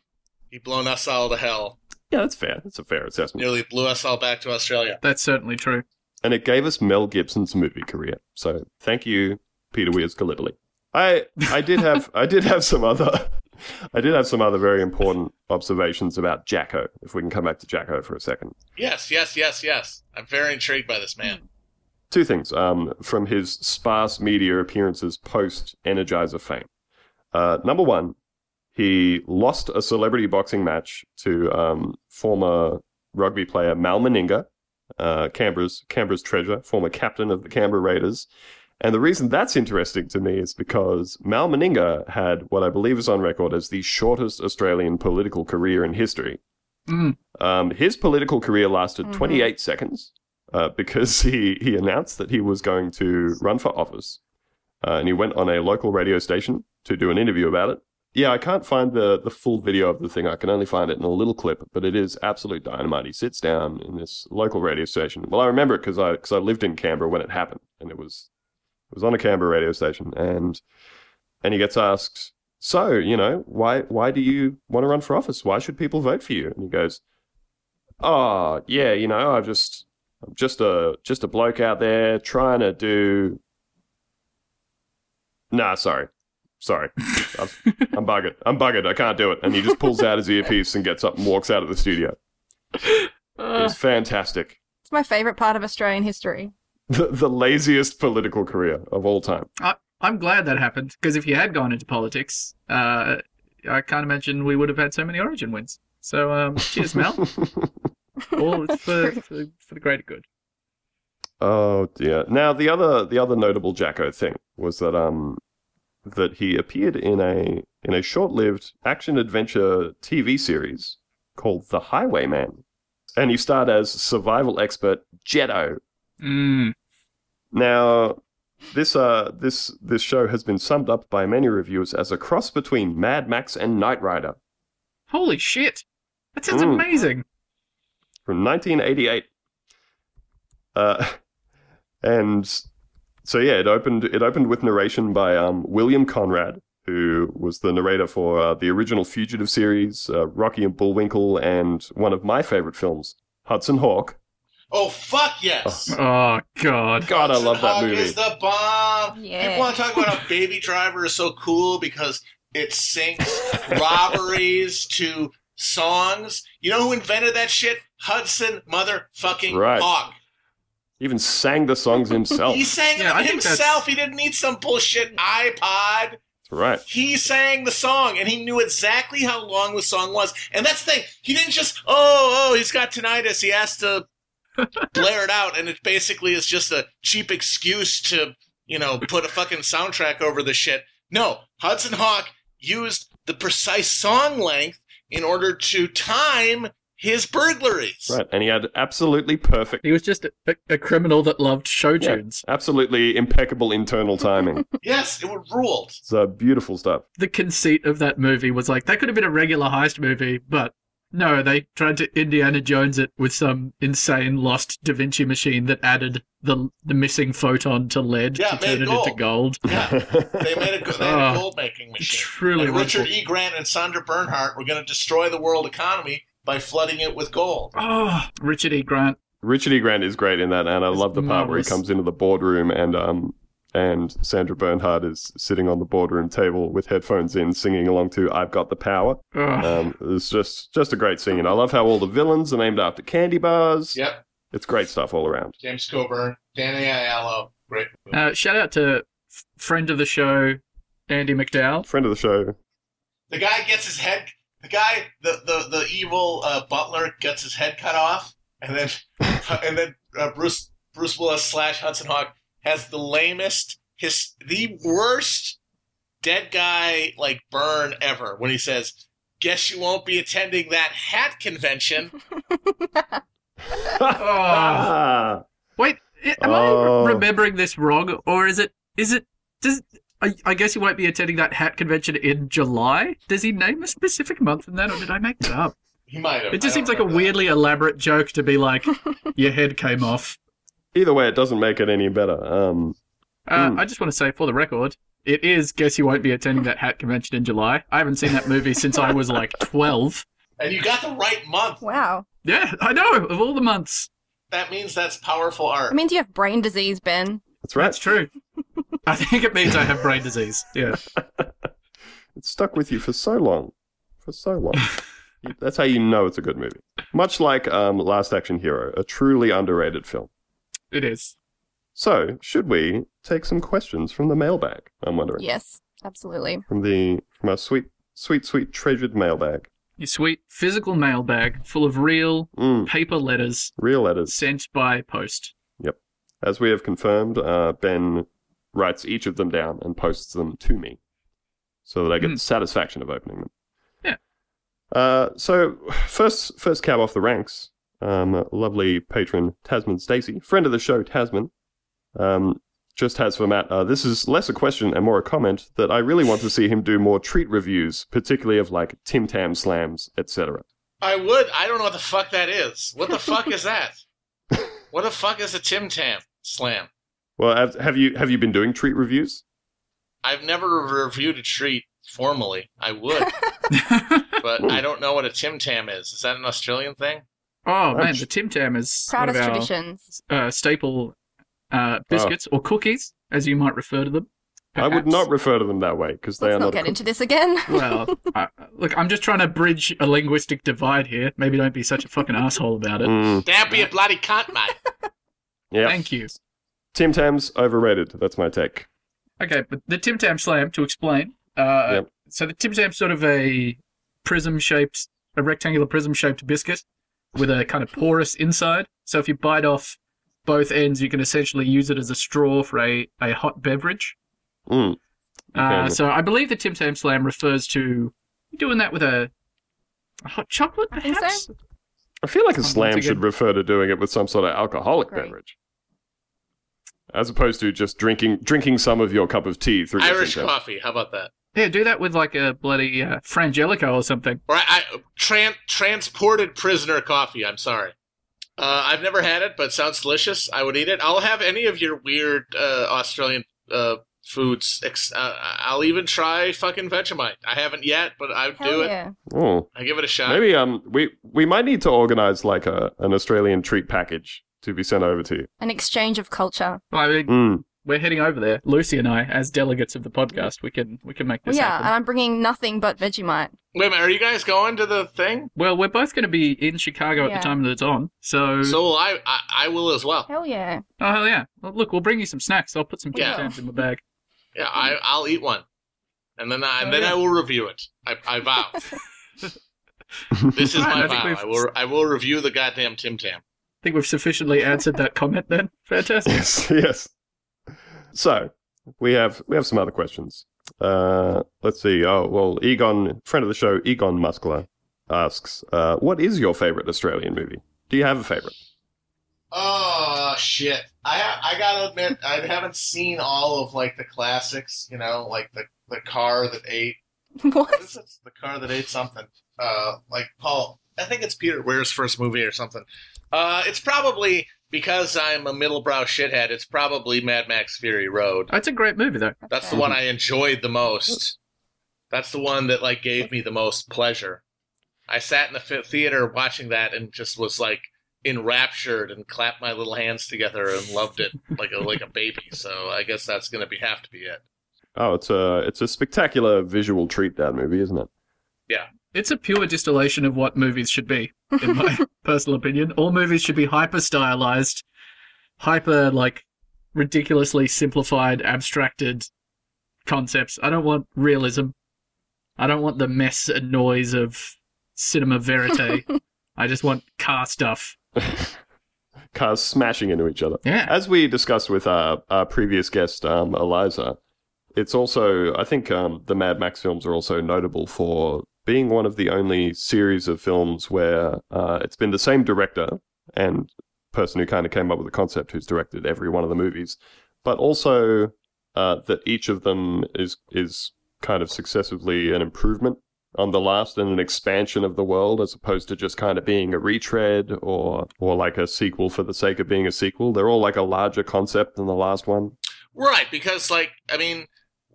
S4: he blown us all to hell.
S1: Yeah, that's fair. That's a fair assessment.
S4: Nearly blew us all back to Australia.
S2: That's certainly true.
S1: and it gave us Mel Gibson's movie career. So thank you, Peter Weir's Gallipoli. I I did have I did have some other I did have some other very important observations about Jacko. If we can come back to Jacko for a second,
S4: Yes, yes, yes, yes. I'm very intrigued by this
S2: Hmm.
S4: man.
S1: two things um, from his sparse media appearances post Energizer fame. Uh, number one, he lost a celebrity boxing match to um, former rugby player Mal Meninga, uh, Canberra's Canberra's treasure, former captain of the Canberra Raiders. And the reason that's interesting to me is because Mal Meninga had what I believe is on record as the shortest Australian political career in history.
S2: Mm.
S1: Um, his political career lasted
S3: Mhm.
S1: 28 seconds uh, because he, he announced that he was going to run for office. Uh, and he went on a local radio station to do an interview about it. Yeah, I can't find the, the full video of the thing. I can only find it in a little clip, but it is absolute dynamite. He sits down in this local radio station. Well, I remember it because I, 'cause I lived in Canberra when it happened, and it was, it was on a Canberra radio station. And, and he gets asked, So, you know, why, why do you want to run for office? Why should people vote for you? And he goes, oh yeah you know i just i'm just a just a bloke out there trying to do nah sorry sorry I'm, I'm buggered i'm buggered i can't do it and he just pulls out his earpiece and gets up and walks out of the studio
S2: Uh,
S1: it's fantastic
S3: It's my favorite part of Australian history.
S1: the, the laziest political career of all time.
S2: I'm glad that happened because if you had gone into politics, uh, I can't imagine we would have had so many Origin wins. So um, cheers, Mel. All it's for, for for the greater good.
S1: Oh dear. Now the other the other notable Jacko thing was that um that he appeared in a in a short-lived action adventure TV series called The Highwayman, and he starred as survival expert Jeddo.
S2: Mm.
S1: Now this uh this this show has been summed up by many reviewers as a cross between Mad Max and Knight Rider
S2: Holy shit! That sounds
S1: Mm.
S2: amazing.
S1: from 1988. Uh, and so yeah, it opened it opened with narration by um, William Conrad, who was the narrator for uh, the original Fugitive series, uh, Rocky and Bullwinkle, and one of my favorite films, Hudson Hawk.
S4: Oh fuck yes!
S2: Oh god.
S1: God, I love that
S4: Hawk
S1: movie.
S4: Is the bomb.
S3: Yeah.
S4: People want to talk about how Baby Driver is so cool because it sinks robberies to songs. You know who invented that shit? Hudson motherfucking
S1: Right. Oh.
S4: Hawk.
S1: He even sang the songs himself.
S4: He sang
S2: Yeah, I
S4: them
S2: think that's-
S4: himself. He didn't need some bullshit iPod.
S1: right.
S4: He sang the song and he knew exactly how long the song was. And that's the thing. He didn't just, oh, oh, he's got tinnitus. He has to blare it out. And it basically is just a cheap excuse to, you know, put a fucking soundtrack over the shit. No, Hudson Hawk used the precise song length in order to time his burglaries.
S1: Right. And he had absolutely perfect
S2: He was just a, a, a criminal that loved show
S1: Yeah.
S2: tunes.
S1: absolutely impeccable internal timing.
S4: Yes, it was ruled.
S1: so beautiful stuff.
S2: The conceit of that movie was like that could have been a regular heist movie, but no, they tried to Indiana Jones it with some insane lost Da Vinci machine that added the the missing photon to lead
S4: Yeah,
S2: to
S4: made
S2: turn it
S4: gold.
S2: into gold.
S4: Yeah. They made a, go- they had
S2: Ah,
S4: a gold making machine.
S2: Truly
S4: And Richard
S2: wonderful.
S4: E. Grant and Sandra Bernhardt were going to destroy the world economy by flooding it with gold.
S2: Oh, Richard E. Grant.
S1: Richard E. Grant is great in that, and I
S2: It's
S1: love the part where he
S2: marvelous.
S1: comes into the boardroom and um and Sandra Bernhard is sitting on the boardroom table with headphones in, singing along to "I've Got the Power."
S4: Uh,
S2: Ugh.
S1: Um, it's just just a great singing. I love how all the villains are named after candy bars.
S4: Yep,
S1: It's great stuff all around.
S4: James Coburn, Danny Aiello, great.
S2: Uh, shout out to f- friend of the show, Andy McDowell.
S1: Friend of the show.
S4: the guy gets his head. The guy, the the, the evil uh, butler, gets his head cut off, and then and then uh, Bruce Bruce Willis slash Hudson Hawk has the lamest, his the worst dead guy like burn ever when he says, "Guess you won't be attending that hat convention."
S2: Oh. Wait, i- am
S1: Oh.
S2: I re- remembering this wrong, or is it? Is it? Does I, I guess he won't be attending that hat convention in July. Does he name a specific month in that, or did I make that up?
S4: He might have.
S2: It just
S4: I don't
S2: seems like a
S4: remember that.
S2: weirdly elaborate joke to be like, your head came off.
S1: Either way, it doesn't make it any better. Um,
S2: Uh,
S1: Mm.
S2: I just want to say, for the record, it is. Guess you won't be attending that hat convention in July. I haven't seen that movie since I was like twelve.
S4: And you got the right month.
S3: Wow.
S2: Yeah, I know. Of all the months,
S4: That means that's powerful art.
S3: It means you have brain disease, Ben.
S1: that's right.
S2: that's true. I think it means I have brain disease. Yeah.
S1: It's stuck with you for so long. For so long. That's how you know it's a good movie. Much like um, Last Action Hero, a truly underrated film.
S2: It is.
S1: So, should we take some questions from the mailbag? I'm wondering.
S3: Yes, absolutely.
S1: From the from our sweet, sweet, sweet treasured mailbag.
S2: Your sweet physical mailbag full of real
S1: Mm,
S2: paper letters
S1: real letters.
S2: sent by post.
S1: As we have confirmed, uh, Ben writes each of them down and posts them to me, so that I get
S3: Hmm.
S2: Mm.
S1: the satisfaction of opening them.
S2: Yeah.
S1: Uh, so first, first cab off the ranks. Um, lovely patron Tasman Stacey, friend of the show Tasman, um, just has for Matt. Uh, this is less a question and more a comment that I really want to see him do more treat reviews, particularly of like Tim Tam slams, etc.
S4: I would. I don't know what the fuck that is. What the fuck is that? What the fuck is a Tim Tam slam?
S1: Well, have, have you have you been doing treat reviews?
S4: I've never reviewed a treat formally. I would, but I don't know what a Tim Tam is. Is that an Australian thing?
S2: oh man,
S1: sh-
S2: the Tim Tam is one of
S3: Proudest
S2: our
S3: traditions.
S2: uh, staple uh, biscuits or cookies, as you might refer to them.
S1: Ah. I would
S2: perhaps.
S1: not refer to them that way because they
S3: Let's
S1: are
S3: not
S1: not. a
S3: get
S1: cook-
S3: into this again.
S2: well, I, look, I'm just trying to bridge a linguistic divide here. Maybe don't be such a fucking asshole about it.
S1: Mm,
S4: Don't be a bloody cunt, mate.
S1: yeah.
S2: Thank you.
S1: Tim Tams overrated. That's my take.
S2: Okay, but the Tim Tam Slam, to explain. Uh,
S1: Yep.
S2: So the Tim Tam's sort of a prism shaped, a rectangular prism shaped biscuit with a kind of porous inside. So if you bite off both ends, you can essentially use it as a straw for a, a hot beverage.
S1: Mm.
S2: Uh,
S1: Okay.
S2: so I believe the Tim Tam Slam refers to doing that with a, a hot chocolate,
S3: I think so.
S2: perhaps?
S1: I feel like a
S2: Sounds
S1: slam
S2: good.
S1: should refer to doing it with some sort of alcoholic
S3: Great.
S1: beverage, as opposed to just drinking drinking some of your cup of tea through your
S4: Irish
S1: Tim Tam.
S4: coffee. How about that?
S2: Yeah, do that with like a bloody uh, Frangelico or something.
S4: Or I, I tran- transported prisoner coffee. I'm sorry. Uh, I've never had it, but sounds delicious. I would eat it. I'll have any of your weird uh, Australian uh, foods. Ex- uh, I'll even try fucking Vegemite. I haven't yet, but I would
S3: Hell
S4: do it.
S3: yeah.
S1: Oh,
S4: I give it a shot.
S1: maybe um, we we might need to organize like a an Australian treat package to be sent over to you.
S3: An exchange of culture.
S2: Well, I mean,
S1: Mm.
S2: we're heading over there. Lucy and I, as delegates of the podcast, we can we can make this
S3: yeah,
S2: happen.
S3: and I'm bringing nothing but Vegemite.
S4: Wait a minute. Are you guys going to the thing?
S2: Well, we're both going to be in Chicago at
S3: Yeah.
S2: the time that it's on, so,
S4: So will I, I. I will as well.
S3: Hell yeah.
S2: oh hell yeah! Well, look, we'll bring you some snacks. I'll put some Tim
S4: Yeah.
S2: Tams in my bag.
S4: Yeah, I, I'll eat one, and then I, and
S2: Oh,
S4: then
S2: yeah.
S4: I will review it. I, I vow. this is
S2: Fine,
S4: my
S2: I think
S4: vow.
S2: we've-
S4: I will. I will review the goddamn Tim Tam.
S2: I think we've sufficiently answered that comment. Then, fantastic.
S1: Yes, yes. So we have we have some other questions. Uh, let's see. Oh well, Egon, friend of the show, Egon Muskler asks, uh, "What is your favorite Australian movie? Do you have a favorite?"
S4: Oh shit! I ha- I gotta admit, I haven't seen all of like the classics. You know, like the the car that ate.
S3: What?
S4: What is it? The car that ate something. Uh, like Paul. I think it's Peter Weir's first movie or something. Uh, it's probably because I'm a middlebrow shithead. It's probably Mad Max Fury Road.
S2: That's a great movie, though.
S4: That's the
S3: Okay.
S4: one I enjoyed the most. That's the one that like gave me the most pleasure. I sat in the fi- theater watching that and just was like enraptured and clapped my little hands together and loved it like a like a baby. So I guess that's gonna be have to be it.
S1: Oh, it's a it's a spectacular visual treat that movie, isn't it?
S2: It's a pure distillation of what movies should be, in my personal opinion. All movies should be hyper stylized, hyper like ridiculously simplified, abstracted concepts. I don't want realism. I don't want the mess and noise of cinema verite. I just want car stuff.
S1: Cars smashing into each other.
S2: Yeah.
S1: As we discussed with our, our previous guest, um, Eliza, it's also I think um, the Mad Max films are also notable for being one of the only series of films where uh, it's been the same director and person who kind of came up with the concept who's directed every one of the movies, but also uh, that each of them is is kind of successively an improvement on the last and an expansion of the world as opposed to just kind of being a retread or or like a sequel for the sake of being a sequel. They're all like a larger concept than the last one.
S4: Right, because like I mean,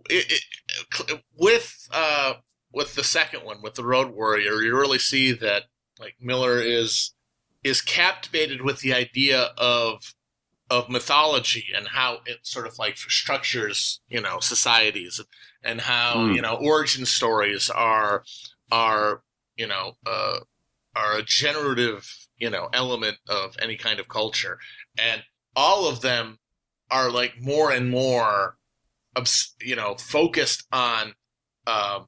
S4: it, it, cl- with uh, with the second one, with the Road Warrior, you really see that like Miller is is captivated with the idea of of mythology and how it sort of like structures you know societies and how
S1: Hmm.
S4: you know origin stories are are you know uh, are a generative you know element of any kind of culture and all of them are like more and more, obs- you know, focused on, um,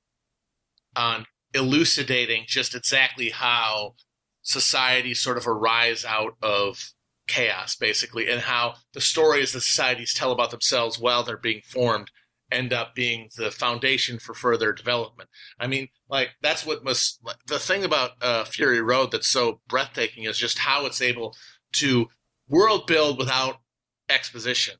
S4: on elucidating just exactly how society sort of arise out of chaos, basically, and how the stories that societies tell about themselves while they're being formed end up being the foundation for further development. I mean, like that's what must the thing about uh, Fury Road that's so breathtaking is just how it's able to world build without exposition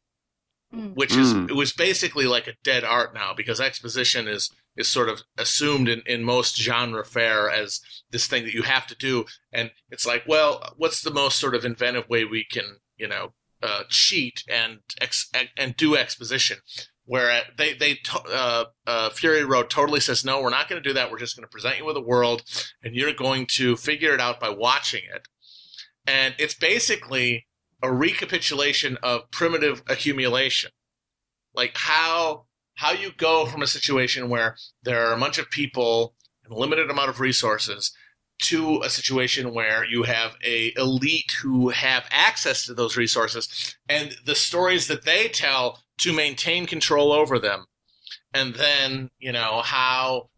S3: Mm.
S4: which is
S1: Mm.
S4: it was basically like a dead art now because exposition is is sort of assumed in, in most genre fare as this thing that you have to do and it's like well what's the most sort of inventive way we can you know uh, cheat and ex- and do exposition where they they to- uh, uh, Fury Road totally says no we're not going to do that we're just going to present you with a world and you're going to figure it out by watching it and it's basically a recapitulation of primitive accumulation like how how you go from a situation where there are a bunch of people and a limited amount of resources to a situation where you have a elite who have access to those resources and the stories that they tell to maintain control over them and then you know how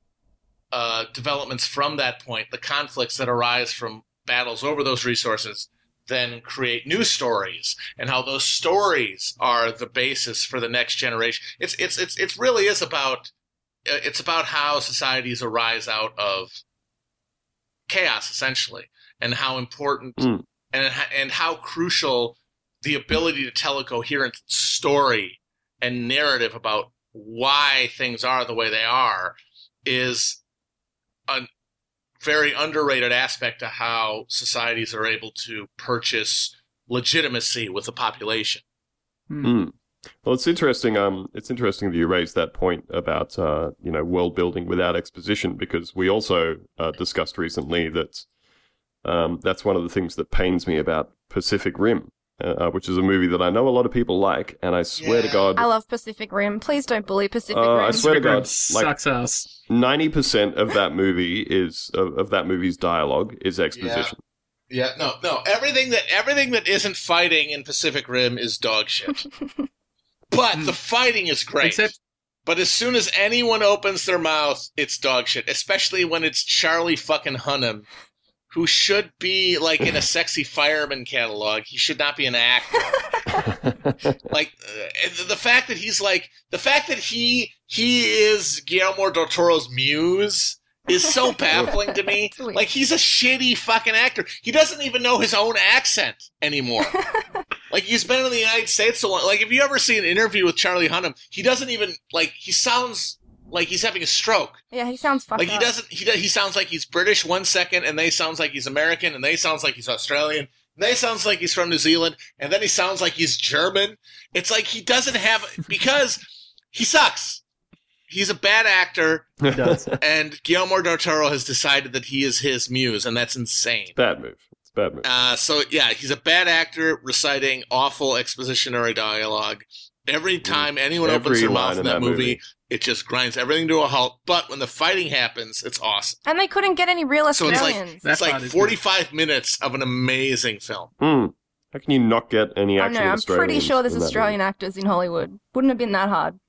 S4: uh, developments from that point the conflicts that arise from battles over those resources then create new stories and how those stories are the basis for the next generation it's it's it's it really is about uh, it's about how societies arise out of chaos essentially and how important
S1: Mm.
S4: and and how crucial the ability to tell a coherent story and narrative about why things are the way they are is a very underrated aspect of how societies are able to purchase legitimacy with the population.
S2: Hmm.
S1: Mm. Well, it's interesting. Um, it's interesting that you raised that point about uh, you know world building without exposition because we also uh, discussed recently that um, that's one of the things that pains me about Pacific Rim, uh, which is a movie that I know a lot of people like, and I swear to
S4: Yeah.
S1: God,
S3: I love Pacific Rim. Please don't bully Pacific
S1: Oh, I
S3: Rim.
S1: swear to
S2: Instagram
S1: God, like-
S2: sucks ass.
S1: ninety percent of that movie is of, of that movie's dialogue is exposition.
S4: Yeah, no, no. Everything that everything that isn't fighting in Pacific Rim is dog shit. but the fighting is great.
S2: Except
S4: But as soon as anyone opens their mouth, it's dog shit. Especially when it's Charlie fucking Hunnam, who should be like in a sexy fireman catalog. He should not be an actor. like uh, and the- the fact that he's like the fact that he he is Guillermo del Toro's muse is so baffling to me.
S3: It's weird.
S4: Like he's a shitty fucking actor. He doesn't even know his own accent anymore. like he's been in the United States so long. Like if you ever see an interview with Charlie Hunnam, he doesn't even like he sounds like he's having a stroke.
S3: yeah, he sounds fucked
S4: Like he
S3: up.
S4: doesn't. He does, he sounds like he's British one second, and they sounds like he's American, and they sounds like he's Australian, and they sounds like he's from New Zealand, and then he sounds like he's German. It's like he doesn't have because he sucks. He's a bad actor,
S2: he does.
S4: and Guillermo del Toro has decided that he is his muse, and that's insane.
S1: bad move. It's a bad move.
S4: Uh, so yeah, he's a bad actor reciting awful expositionary dialogue. Mm-hmm. Every time anyone opens
S1: Every
S4: their
S1: line
S4: mouth in that, movie, it just grinds everything to a halt. But when the fighting happens, it's awesome.
S3: and they couldn't get any real
S4: So it's like-
S3: Australians.
S2: That
S4: it's like
S2: part is
S4: 45 minutes of an amazing film.
S1: Mm. How can you not get any
S3: I
S1: actual
S3: know. Oh, I'm pretty
S1: Australians
S3: sure there's
S1: in that movie?
S3: Australian actors in Hollywood. Wouldn't have been that hard.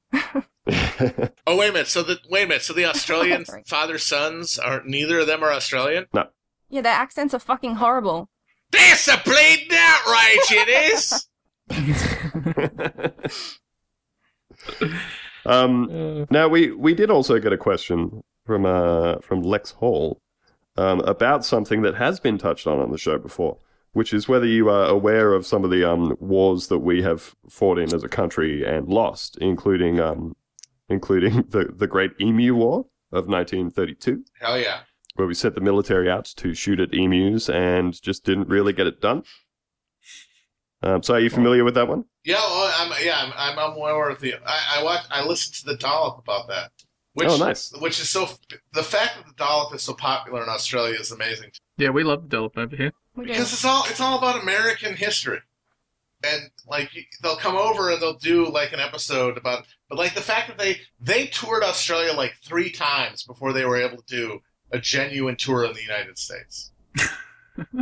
S4: Oh, wait a minute. So the wait a minute. So the Australian
S3: Sorry.
S4: father sons are neither of them are Australian.
S3: Yeah, their accents are fucking horrible.
S4: That's a bleeding outrage. It is.
S1: um,
S2: Uh,
S1: Now we we did also get a question from uh from Lex Hall um, about something that has been touched on on the show before, which is whether you are aware of some of the um wars that we have fought in as a country and lost, including um including the the Great Emu War of 1932,
S4: Hell yeah.
S1: where we sent the military out to shoot at emus and just didn't really get it done. Um, so are you familiar with that one?
S4: Yeah. Well, I'm, yeah. I'm, I'm, I'm well aware of the. I, I watched. I listened to the dollop about that. Which,
S1: Oh, nice.
S4: Which is so. The fact that the dollop is so popular in Australia is amazing.
S2: yeah, we love Dollop over here.
S3: We do.
S4: because it's all it's all about American history, and like you- they'll come over and they'll do like an episode about, but like the fact that they they toured Australia like three times before they were able to do a genuine tour in the United States,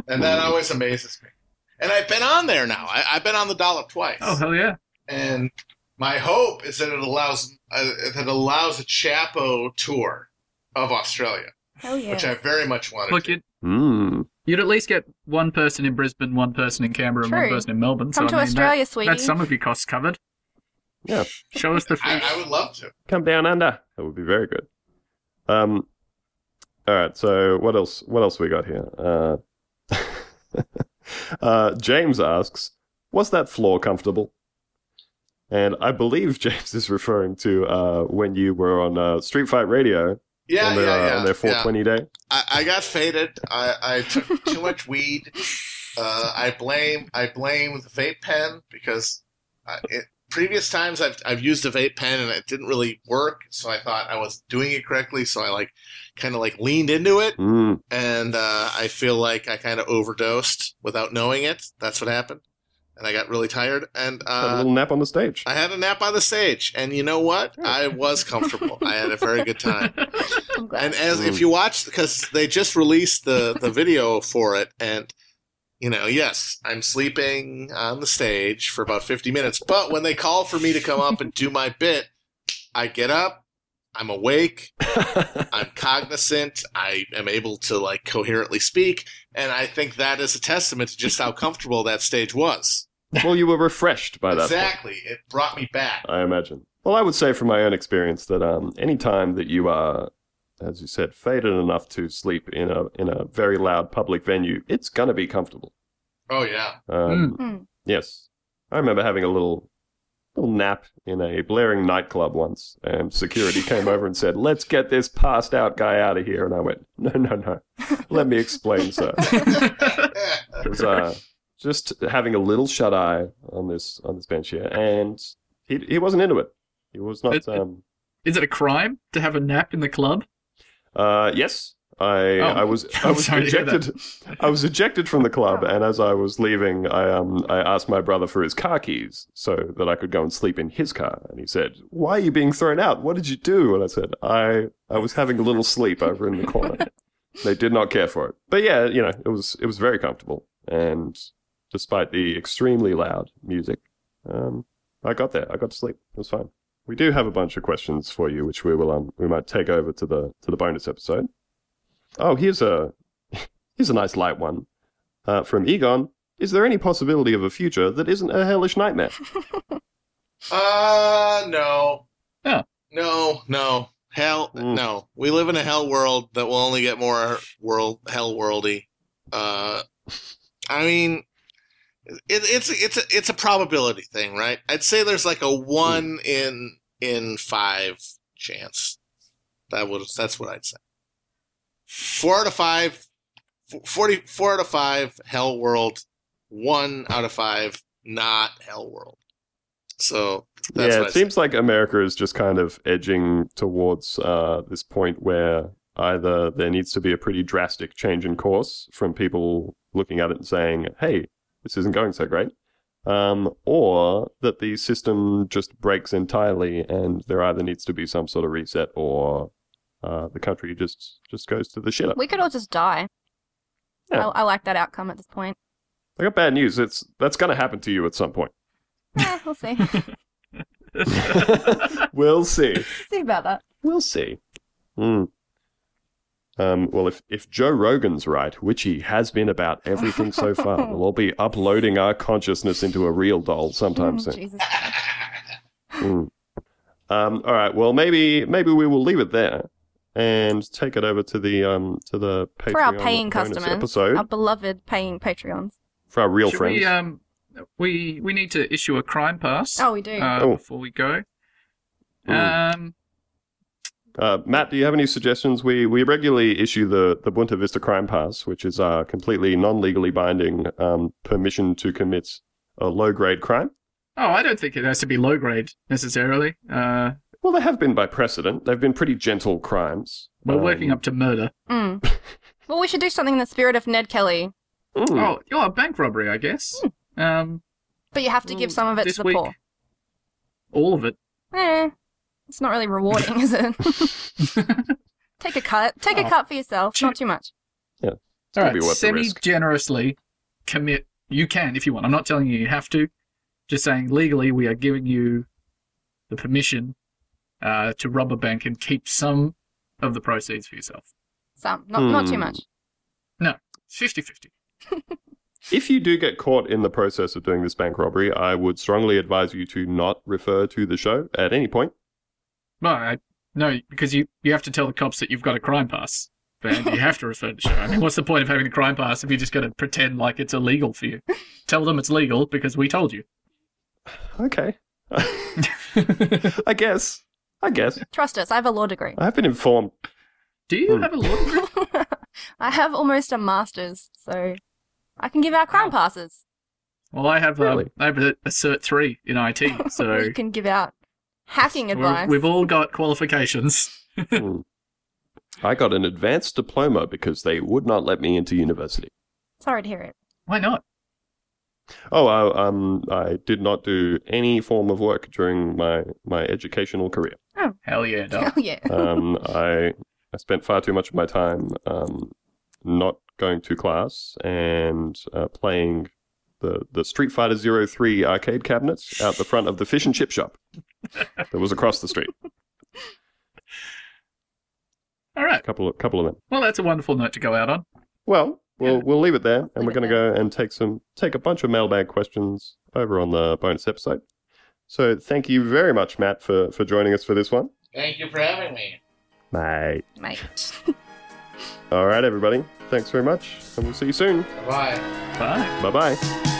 S4: and that always amazes me. And I've been on there now. I, I've been on the dollop twice,
S2: Oh hell yeah!
S4: and my hope is that it allows uh, that it allows a Chapo tour of Australia,
S3: Hell yeah.
S4: which I very much want.
S2: Look, you'd,
S1: Mm.
S2: you'd at least get one person in Brisbane, one person in Canberra, and one
S3: True.
S2: person in Melbourne. so
S3: Come to
S2: I mean, that-
S3: Australia, sweetie.
S2: that's some of your costs covered.
S1: Yeah.
S2: Show us the
S4: I,
S2: food.
S4: I would love to.
S1: come down under. That would be very good. Um, all right. So what else? What else we got here? Uh, uh, James asks, "Was that floor comfortable?" And I believe James is referring to uh, when you were on uh, Street Fight Radio
S4: Yeah,
S1: on their,
S4: yeah, yeah.
S1: uh, on their
S4: yeah.
S1: 420 day.
S4: I, I got faded. I, I took too much weed. Uh, I blame I blame the vape pen because uh, it, previous times I've I've used a vape pen and it didn't really work. So I thought I was doing it correctly. So I like kind of like leaned into it,
S1: Mm.
S4: and uh, I feel like I kind of overdosed without knowing it. That's what happened, and I got really tired. And
S1: Had a
S4: uh,
S1: little nap on the stage.
S4: I had a nap on the stage, and you know what? I was comfortable. I had a very good time.
S3: I'm glad.
S4: And as if you watch, because they just released the the video for it, and you know, yes, I'm sleeping on the stage for about 50 minutes, but when they call for me to come up and do my bit, I get up, I'm awake, I'm cognizant, I am able to like coherently speak, and I think that is a testament to just how comfortable that stage was.
S1: well, you were refreshed by that. point.
S4: Exactly, it brought me back.
S1: I imagine. Well, I would say from my own experience that um, any time that you are, as you said, faded enough to sleep in a in a very loud public venue, it's gonna be comfortable.
S4: Oh yeah,
S1: Um,
S3: Mm.
S1: Yes, I remember having a little little nap in a blaring nightclub once, and security came over and said, "Let's get this passed out guy out of here." And I went, "No, no, no. Let me explain, sir." It was uh, just having a little shut eye on this on this bench here, and he he wasn't into it. He was not.
S2: It- it-
S1: um,
S2: Is it a crime to have a nap in the club?
S1: Uh, yes, I
S2: Oh,
S1: I was I
S2: I'm
S1: was
S2: sorry to hear
S1: ejected. I was ejected from the club, and as I was leaving, I um I asked my brother for his car keys so that I could go and sleep in his car, and he said, "Why are you being thrown out? What did you do?" And I said, "I I was having a little sleep over in the corner." they did not care for it, but yeah, you know, it was it was very comfortable, and despite the extremely loud music, um, I got there. I got to sleep. It was fine. We do have a bunch of questions for you, which we will um we might take over to the to the bonus episode. Oh, here's a here's a nice light one uh, from Egon. Is there any possibility of a future that isn't a hellish nightmare?
S4: Uh, no.
S2: Yeah.
S4: No, no. Hell,
S1: Mm.
S4: no. We live in a hell world that will only get more world hell worldy. Uh, I mean, it, it's it's a, it's a probability thing, right? I'd say there's like a one in in five chance. That would that's what I'd say. Four out of five, f- forty four out of five hell world, one out of five not hell world. So that's
S1: yeah,
S4: what
S1: it
S4: I say.
S1: seems like America is just kind of edging towards uh, this point where either there needs to be a pretty drastic change in course from people looking at it and saying, "Hey, this isn't going so great," um, or that the system just breaks entirely, and there either needs to be some sort of reset, or uh, the country just just goes to the shit up.
S3: We could all just die.
S1: Yeah.
S3: I, I like that outcome at this point.
S1: I got bad news. It's that's going to happen to you at some point.
S3: Eh, we'll see.
S1: we'll see.
S3: see about that.
S1: We'll see. Hmm. Um, well, if, if Joe Rogan's right, which he has been about everything so far, we'll all be uploading our consciousness into a real doll sometime
S3: Mm,
S1: soon.
S3: Jesus.
S1: Hmm. Um, all right. Well, maybe maybe we will leave it there and take it over to the um to the Patreon
S3: For our paying
S1: bonus
S3: customers,
S1: episode
S3: our beloved paying Patreons.
S1: for our real
S2: Should
S1: friends.
S2: we um we we need to issue a crime pass
S3: Oh, we do.
S2: uh,
S1: Oh.
S2: before we go.
S1: Hmm.
S2: Um
S1: Uh, Matt, do you have any suggestions? We we regularly issue the the Bunta Vista Crime Pass, which is uh, completely non legally binding um, permission to commit a low grade crime.
S2: oh, I don't think it has to be low grade necessarily. Uh
S1: Well, they have been by precedent. They've been pretty gentle crimes.
S2: we're
S1: Um,
S2: working up to murder.
S3: Mm. well, we should do something in the spirit of Ned Kelly,
S1: Mm.
S2: Oh, you're a bank robbery, I guess. Um
S3: but you have to give
S1: Mm,
S3: some of it
S2: this
S3: to the
S2: week-
S3: poor.
S2: all of it.
S3: Eh, it's not really rewarding, is it? Take a cut. Take a
S2: Oh.
S3: cut for yourself. Not too much.
S1: It's gotta be worth the
S2: semi
S1: risk.
S2: generously commit. You can if you want. I'm not telling you you have to. Just saying legally, we are giving you the permission uh, to rob a bank and keep some of the proceeds for yourself.
S3: Some, not not too
S1: Hmm.
S3: much.
S2: It's 50 50.
S1: If you do get caught in the process of doing this bank robbery, I would strongly advise you to not refer to the show at any point.
S2: Well, I, no, because you, you have to tell the cops that you've got a crime pass. And you have to refer to show. I mean, what's the point of having a crime pass if you're just going to pretend like it's illegal for you? Tell them it's legal because we told you.
S1: Okay. I guess. I guess.
S3: Trust us. I have a law degree.
S1: I've been informed.
S2: Do you
S1: Hmm.
S2: have a law degree?
S3: I have almost a master's, so I can give out crime passes.
S2: Well, I have, um,
S1: Really?
S2: I have a, a Cert 3 in IT, so.
S3: you can give out hacking
S2: We're-
S3: advice.
S2: We've all got qualifications.
S1: Mm. I got an advanced diploma because they would not let me into university.
S3: Sorry to hear it.
S2: Why not?
S1: Oh, I, um, I did not do any form of work during my, my educational career.
S3: Oh,
S2: Hell yeah, dog.
S3: Hell yeah.
S1: Um, I I spent far too much of my time um, not going to class and uh, playing the, the Street Fighter Zero Three arcade cabinets out the front of the fish and chip shop that was across the street.
S2: All right.
S1: A couple of, couple of them.
S2: Well, that's a wonderful note to go out on.
S1: Well, we'll
S2: Yeah.
S1: we'll leave it there, and
S3: Leave
S1: we're
S3: it
S1: going to go and take some take a bunch of mailbag questions over on the bonus episode. So thank you very much, Matt, for for joining us for this one.
S4: Thank you for having me.
S1: Mate.
S3: Mate.
S1: All right, everybody. Thanks very much, and we'll see you soon.
S4: Bye.
S2: Bye.
S1: Bye bye.